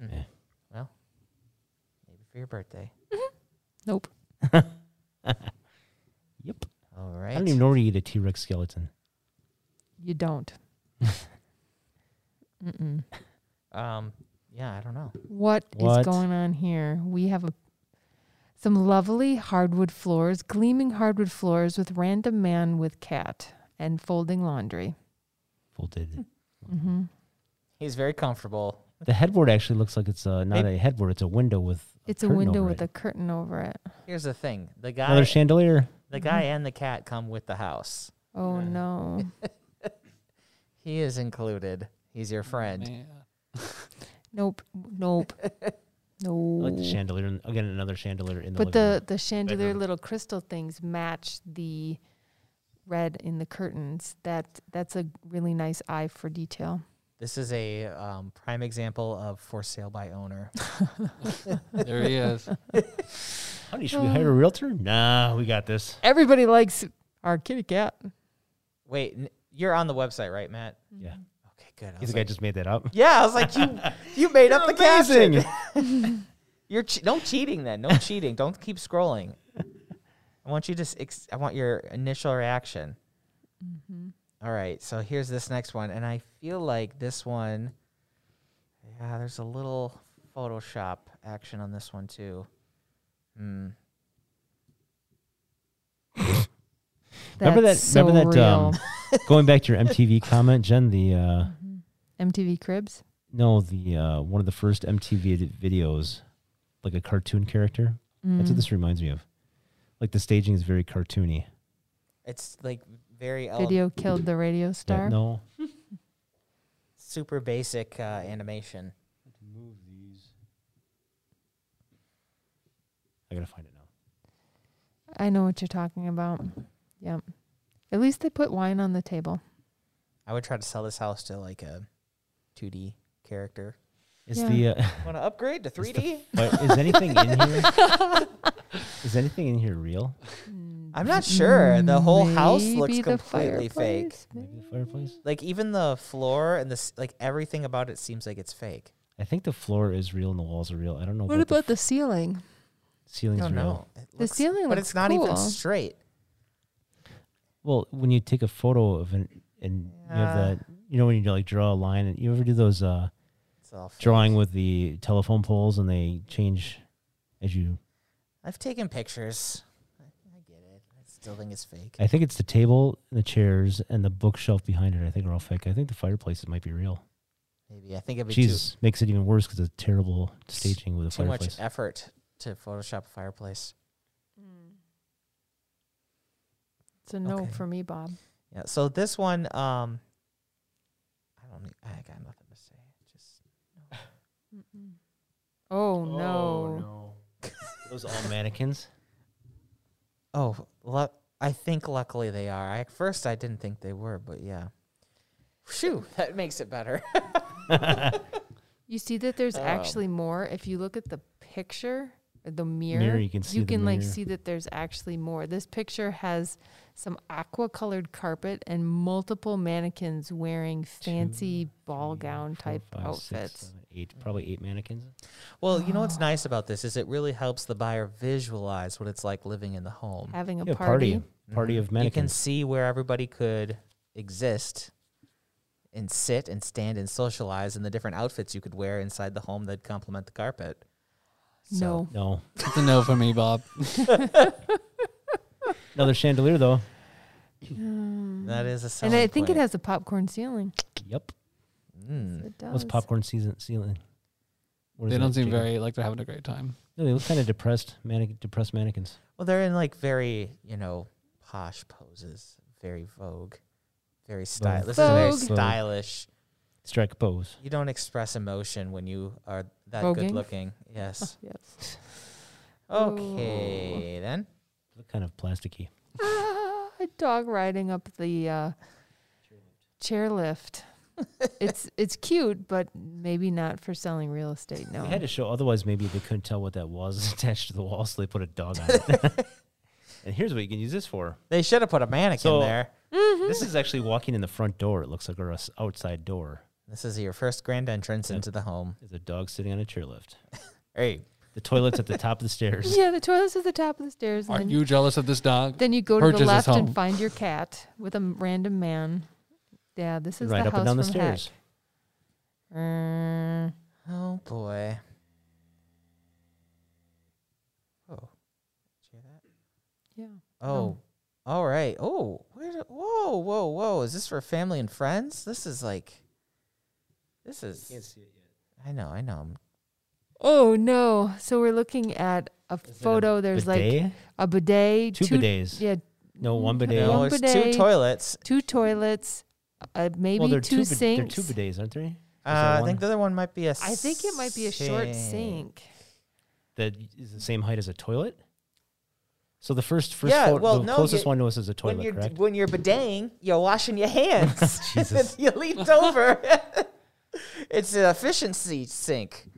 S1: Hmm.
S2: Yeah.
S1: Well, maybe for your birthday.
S2: Mm-hmm.
S3: Nope.
S2: Yep.
S1: All right.
S2: I don't even know where you get a T Rex skeleton.
S3: You don't. Mm-mm.
S1: Um. Yeah, I don't know.
S3: what?
S2: What?
S3: is going on here? We have a some lovely hardwood floors, gleaming hardwood floors with random man with cat and folding laundry.
S2: Folded.
S3: Mm-hmm.
S1: He's very comfortable.
S2: The headboard actually looks like it's a, not a headboard. It's a window with
S3: It's a
S2: curtain
S3: window
S2: over
S3: with
S2: it.
S3: a curtain over it.
S1: Here's the thing: the
S2: another
S1: guy,
S2: chandelier.
S1: the guy, and the cat come with the house.
S3: Oh
S4: Yeah.
S3: no!
S1: He
S2: Oh,
S1: is included. He's your friend.
S4: Yeah.
S3: Nope. Nope. No.
S2: I like the chandelier, and again another chandelier in the.
S3: But
S2: living room.
S3: the, the chandelier
S2: bedroom.
S3: little crystal things match the red in the curtains. That that's a really nice eye for detail.
S1: This is a um, prime example of for sale by owner.
S4: There he is.
S2: honey, should we hire a realtor? Nah, we got this.
S3: Everybody likes our kitty cat.
S1: Wait, n- you're on the website, right, Matt?
S2: Yeah,
S1: Okay, good. I
S2: you
S1: was
S2: think I
S1: like-
S2: just made that up?
S1: yeah, I was like, you you made up the
S2: Amazing.
S1: caption. You're che- no cheating then. No cheating. Don't keep scrolling. I want you to. s- Ex- I want your initial reaction. All right. So here's this next one, and I feel like this one. Yeah, there's a little Photoshop action on this one too. Hmm.
S2: Remember that-
S3: That's so
S2: remember that, um,
S3: real.
S2: Going back to your MTV comment, Jen, the uh,
S3: Mm-hmm. MTV Cribs.
S2: no, the uh, one of the first MTV vid- videos, like a cartoon character. That's
S3: Mm.
S2: what this reminds me of. Like the staging is very cartoony.
S1: It's like very ele-
S3: Video killed the radio
S2: Yeah,
S3: star.
S2: no.
S1: super basic uh, animation.
S2: Move these. I gotta find it now.
S3: I know what you're talking about. Yep. At least they put wine on the table.
S1: I would try to sell this house to like a 2D character.
S2: Is
S3: Yeah.
S2: the uh,
S1: Want to upgrade to 3D?
S2: but is anything in here? Is anything in here real?
S3: Mm.
S1: I'm not sure. The whole house looks
S3: Maybe the
S1: completely fake.
S3: fireplace,
S2: Maybe the fireplace.
S1: Like even the floor and this, like everything about it seems like it's fake.
S2: I think the floor is real and the walls are real. I don't know.
S3: What about the ceiling?
S2: ceiling's
S1: I don't
S2: real?
S1: know. It
S3: The ceiling
S1: but
S3: looks
S1: it's not even
S3: cool.
S1: straight.
S2: Well, when you take a photo of an and you have
S1: Yeah.
S2: that, you know, when you like draw a line, and you ever do those uh,
S1: It's all fake.
S2: drawing with the telephone poles, and they change as you.
S1: I've taken pictures. I, I get it. I still think it's fake.
S2: I think it's the table, and the chairs, and the bookshelf behind it. I think are all fake. I think the fireplaces might be real.
S1: Maybe I think it'd be too,
S2: Jesus makes it even worse because it's terrible staging with a
S1: too much
S2: fireplace.
S1: effort to Photoshop a fireplace.
S3: It's a no
S1: Okay.
S3: for me, Bob.
S1: Yeah. So this one, um, I don't. need- I got nothing to say. Just
S3: Oh, no.
S2: Those all mannequins.
S1: oh, luck. I think luckily they are. I, at first, I didn't think they were, but yeah. Phew, that makes it better.
S3: You see that there's
S1: Um,
S3: actually more. If you look at the picture, uh, the mirror,
S2: you can see
S3: you
S2: the
S3: can like
S2: mirror.
S3: see that there's actually more. This picture has some aqua colored carpet and multiple mannequins wearing fancy ball gown type outfits.
S2: eight, probably eight mannequins.
S1: well, you know what's nice about this is it really helps the buyer visualize what it's like living in the home.
S3: Having a
S2: Yeah,
S3: party.
S2: party, party of
S1: You can
S2: mannequins.
S1: see where everybody could exist and sit and stand and socialize and the different outfits you could wear inside the home that complement the carpet.
S3: No.
S2: No,
S4: It's a no for me, Bob.
S2: another chandelier though.
S1: That is a selling
S3: Mm. And I think it
S1: point.
S3: has a popcorn ceiling.
S2: Yep.
S1: Mm.
S3: It does.
S2: What's popcorn season ceiling? What is
S4: They
S2: it,
S4: don't seem
S2: Jacob?
S4: very like they're having a great time.
S2: No, they look kind of depressed. Manic, depressed mannequins.
S1: Well, they're in like very, you know, posh poses, very vogue, very stylish. This is very
S3: Vogue.
S2: Vogue.
S1: stylish.
S2: Strike pose.
S1: You don't express emotion when you are that
S3: Voguing?
S1: good looking. Yes.
S3: Yes.
S1: Okay, then.
S2: Look kind of plasticky.
S3: ah, a dog riding up the uh, chairlift. it's it's cute, but maybe not for selling real estate. No.
S2: They had to show, otherwise maybe they couldn't tell what that was attached to the wall, so they put a dog on it. and here's what you can use this for.
S1: They should have put a mannequin
S2: So-
S1: there.
S2: This is actually walking in the front door. It looks like or a s- outside door.
S1: This is your first grand entrance
S2: Yeah.
S1: into the home.
S2: There's a dog sitting on a chairlift.
S1: Hey,
S2: The toilet's at the top of the stairs.
S3: Yeah, the toilet's at the top of the stairs. And
S4: Are
S3: then,
S4: you jealous of this dog?
S3: then you go to the
S4: purchase this
S3: left and
S4: home?
S3: find your cat with a m- random man. Yeah, this is
S2: right
S3: the
S2: up
S3: house
S2: and down the
S3: from
S2: stairs.
S3: Heck. Mm,
S1: oh boy. Oh, did you hear that?
S3: yeah.
S1: Oh, all right. Oh, where, do- whoa, whoa, whoa! Is this for family and friends? This is like, this is. I know, I know. I'm-
S3: Oh no! So we're looking at a
S2: it a
S3: photo. There's like
S2: Bidet?
S3: a bidet,
S2: two, bidets.
S3: Yeah,
S2: No, one
S3: Mm,
S2: bidet.
S3: Yeah.
S1: No,
S3: One
S1: there's two
S3: bidet.
S1: toilets.
S3: two toilets, uh, maybe
S2: well, they're
S3: two
S2: two, bid-
S3: sinks.
S2: They're two bidets, aren't they?
S1: Uh, I
S2: one?
S1: think the other one might be a.
S3: I think it might be a short sink.
S2: that is the same height as a toilet. So the first, first,
S1: Yeah,
S2: photo-
S1: well,
S2: the
S1: no,
S2: closest
S1: you-
S2: one to us is a toilet,
S1: when you're
S2: correct?
S1: when you're bideting, you're washing your hands.
S2: Jesus.
S1: you leaped over. it's an efficiency sink.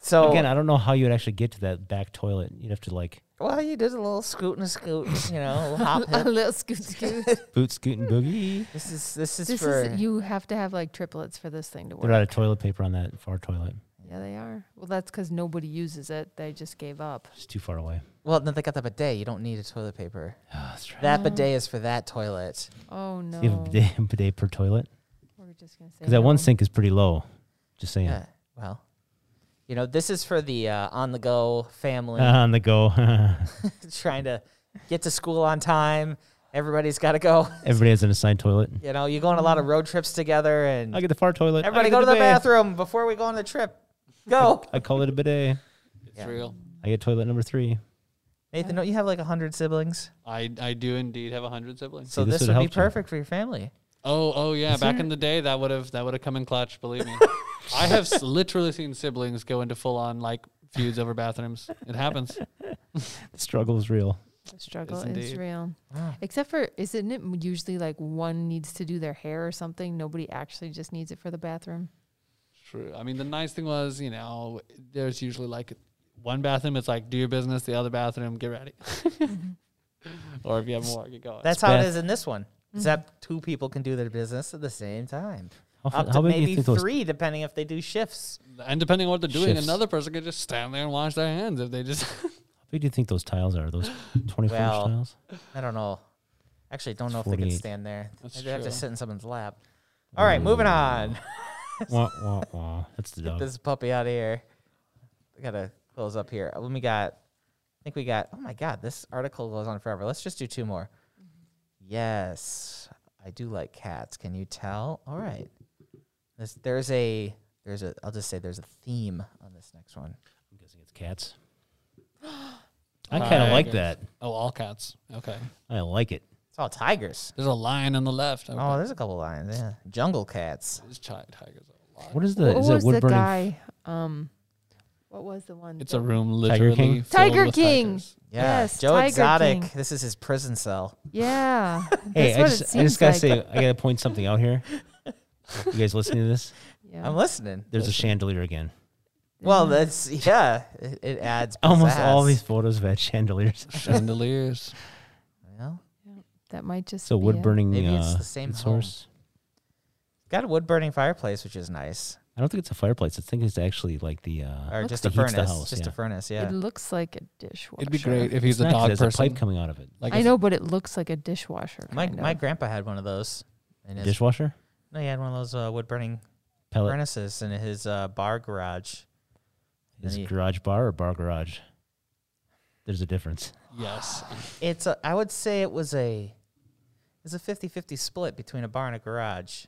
S1: So
S2: Again, I don't know how you would actually get to that back toilet. You'd have to like
S1: well, you did a little scoot and a scoot, you know, a little hop.
S3: a
S1: hip.
S3: little scoot scoot.
S2: boot scoot and boogie.
S1: This is this is
S3: this
S1: for
S3: is you have to have like triplets for this thing to
S2: They're out
S3: work.
S2: of toilet paper on that far toilet.
S3: Yeah, they are. Well, that's because nobody uses it. They just gave up.
S2: It's too far away.
S1: well, no, they got the bidet. You don't need a toilet paper.
S2: Ah, that's right.
S1: That bidet is for that toilet.
S3: Oh no.
S2: You have a bidet, bidet per toilet
S3: We're just gonna say
S2: because that one
S3: no.
S2: sink is pretty low. Just saying.
S1: Yeah. Well, you know, this is for the uh, on the go family
S2: Uh-huh, on the go.
S1: trying to get to school on time. Everybody's got to go.
S2: Everybody has an assigned toilet.
S1: You know, you go on a lot of road trips together, and
S2: I get the far toilet. I
S1: everybody
S2: get
S1: go to the
S2: bidet.
S1: bathroom before we go on the trip. Go,
S2: I call it a bidet.
S4: It's
S1: Yeah.
S4: real.
S2: I get toilet number three.
S1: Nathan. Don't you have like hundred siblings?
S4: I, I do indeed have hundred siblings.
S1: So
S2: this
S1: this,
S2: would
S1: would be
S2: help you.
S1: perfect for your family.
S4: Oh oh yeah,
S2: Is
S4: back
S2: there-
S4: in the day that would have that would have come in clutch. Believe me, I have s- literally seen siblings go into full on like feuds over bathrooms. It happens.
S2: The struggle is real.
S3: The struggle
S4: Yes,
S3: is
S4: indeed.
S3: real.
S1: Wow.
S3: Except for isn't it m- usually like one needs to do their hair or something? Nobody actually just needs it for the bathroom.
S4: True. I mean, the nice thing was, you know, there's usually like one bathroom. It's like do your business. The other bathroom, get ready. or if you have more, get going.
S1: That's how it
S2: bad.
S1: is in this one. Except two people can do their business at the same time.
S2: How, fa-
S1: Up
S2: how
S1: to
S2: big do you
S1: maybe
S2: think those?
S1: three, depending if they do shifts.
S4: and depending on what they're doing,
S2: Shifts.
S4: another person could just stand there and wash their hands if they just.
S2: How big do you think those tiles are? Those twenty-four inch
S1: Well,
S2: tiles.
S1: I don't know. Actually, don't know if they can
S2: 48.
S1: stand there.
S4: That's
S1: They'd have to
S4: true.
S1: sit in someone's lap. All right, moving on.
S2: wah, wah, wah. That's the dog.
S1: This puppy out of here. I gotta close up here. When we got, I think we got. Oh my god, this article goes on forever. Let's just do two more. Yes, I do like cats. Can you tell? All right. This there's a there's a. I'll just say there's a theme on this next one.
S2: I'm guessing it's cats. I kind of like
S4: Tigers.
S2: that.
S4: oh, all cats. Okay.
S2: I like it.
S1: It's all tigers.
S4: There's a lion on the left. Okay.
S1: Oh, there's a couple lions. Yeah, jungle cats.
S4: There's chi- tigers. are a lot.
S2: What is the?
S3: What
S2: is
S3: was
S2: it wood
S3: the
S2: burning?
S3: guy? Um, what was the one?
S4: It's
S3: that-
S4: a room
S2: Tiger
S4: literally.
S2: King?
S4: filled
S3: Tiger
S4: with
S3: King.
S4: tigers.
S1: Yeah,
S3: Yes,
S1: Joe
S3: Tiger
S1: Exotic.
S3: King.
S1: This is his prison cell.
S3: yeah.
S2: Hey,
S3: that's
S2: I
S3: what it
S2: just I
S3: seems
S2: just gotta
S3: like.
S2: say I gotta point something out here. You guys listening to this?
S3: Yeah.
S1: I'm listening.
S2: There's a chandelier again.
S1: Well, that's yeah. It, it adds
S2: Almost all
S1: pizzazz.
S2: these photos have had chandeliers.
S4: Chandeliers.
S1: Well,
S3: that might just
S2: So
S3: be
S2: wood
S3: it.
S2: burning.
S1: Maybe
S2: uh,
S1: it's the same home.
S2: source.
S1: got a wood burning fireplace, which is nice,
S2: I don't think it's a fireplace. I think it's actually like the. Uh,
S1: or
S3: Looks
S1: just a
S2: like it heats
S1: furnace,
S2: the house,
S1: just
S2: yeah.
S1: a furnace. Yeah,
S3: It looks like a dishwasher.
S4: It'd be great if
S2: it's
S4: he's a
S2: not 'cause
S4: dog
S2: there's
S4: person.
S2: a pipe coming out of it.
S4: Like
S3: I
S4: it's-
S3: know, but it looks like a dishwasher.
S1: my
S3: kind
S1: my
S3: of.
S1: grandpa had one of those. In his,
S2: Dishwasher
S1: no, he had one of those uh, wood burning
S2: pellet.
S1: furnaces in his uh, bar garage. And
S2: Is
S1: he-
S2: garage bar or bar garage? There's a difference.
S4: Yes.
S1: It's a, I would say it was a it's a 50-50 split between a bar and a garage.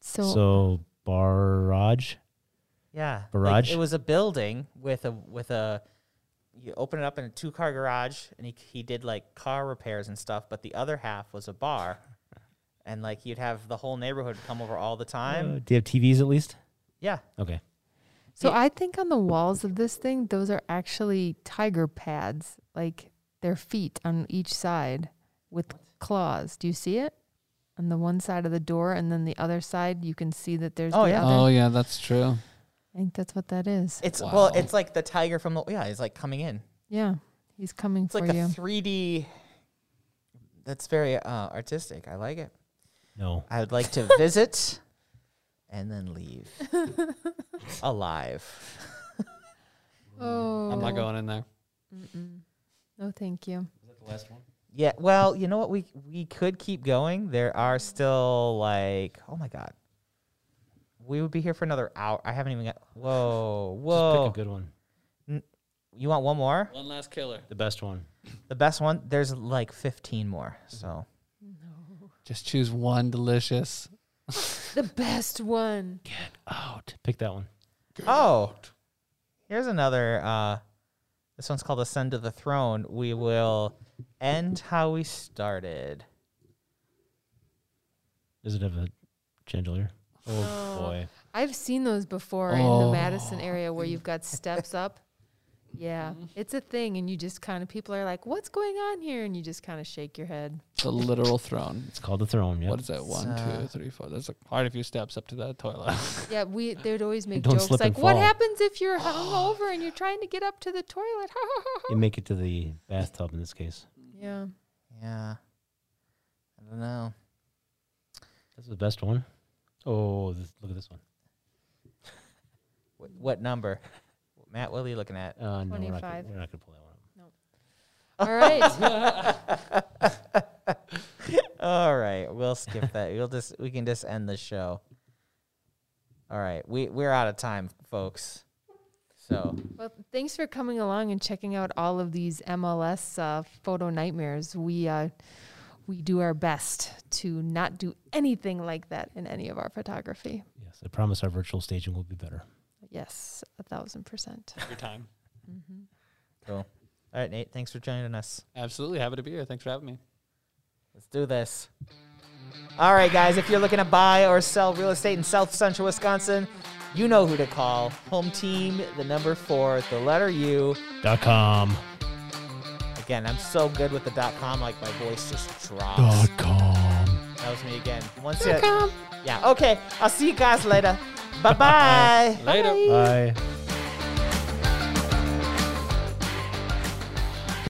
S3: so,
S2: so barrage.
S1: Yeah, like,
S2: Barrage?
S1: it was a building with a with a you open it up in a two car garage, and he he did like car repairs and stuff. But the other half was a bar, and like you'd have the whole neighborhood come over all the
S2: Uh,
S1: time.
S2: do you have TVs at least?
S1: Yeah,
S2: Okay.
S3: so
S1: it-
S3: I think on the walls of this thing, those are actually tiger pads, like their feet on each side with claws. Do you see it? On the one side of the door, and then the other side, you can see that there's.
S1: Oh,
S3: the
S1: yeah.
S3: other-
S4: Oh yeah, that's true.
S3: I think that's what that is.
S1: it's well,
S4: Wow.
S1: it's like the tiger from the yeah, he's like coming in.
S3: Yeah, he's coming
S1: It's
S3: for
S1: like a
S3: you.
S1: three D. That's very uh, artistic. I like it.
S2: No.
S1: I would like to visit, and then leave alive.
S3: oh,
S4: I'm not going in there.
S3: Mm-mm. No, thank you.
S1: Yeah, well, you know what? We we could keep going. There are still like, oh my god, we would be here for another hour. I haven't even got. Whoa,
S2: Just
S1: whoa!
S2: pick a good one.
S1: You want one more?
S4: One last killer.
S2: The best one.
S1: The best one. There's like 15 more. So
S4: Just choose one delicious.
S3: The best one.
S2: Out. Pick that one.
S1: oh, here's another. Uh, this one's called "Ascend to the Throne." We will end how we started.
S2: Does it have a chandelier? Oh boy. Oh.
S3: I've seen those before in the Madison area where you've got steps up Yeah, it's a thing, and you just kind of people are like, "What's going on here?" And you just kind of shake your head.
S4: The literal throne.
S2: It's called the throne. Yeah.
S4: What is that? One, two,
S1: uh,
S4: three, four. That's like quite a few steps up to that toilet.
S3: Yeah, we they'd always make
S2: Don't
S3: jokes
S2: slip and
S3: like, "What
S2: fall."
S3: happens if you're hungover and you're trying to get up to the toilet?"
S2: You make it to the bathtub in this case.
S3: yeah,
S1: Yeah. I don't know.
S2: That's the best one. Oh, this, look at this one.
S1: What, what number? Matt, what are you looking at?
S2: Uh, no, we're not, gonna,
S3: 25.
S2: we're not gonna pull that one up.
S3: all right.
S1: All right, we'll skip that. We'll just we can just end the show. All right, we we're out of time, folks. So
S3: Well, thanks for coming along and checking out all of these MLS uh, photo nightmares. We uh, we do our best to not do anything like that in any of our photography.
S2: Yes, I promise our virtual staging will be better.
S3: Yes, a thousand percent.
S4: Your time.
S1: cool. All right, Nate, thanks for joining us.
S4: Absolutely. Happy to be here. Thanks for having me.
S1: Let's do this. All right, guys, if you're looking to buy or sell real estate in South Central Wisconsin, you know who to call. Home team, the number four, the letter U.
S2: Dot com.
S1: Again, I'm so good with the dot com, like my voice just drops.
S2: com.
S1: That was me again. Once
S3: Dot
S1: it,
S3: com.
S1: yeah. Okay, I'll see you guys later. Bye bye.
S4: Later.
S2: Bye.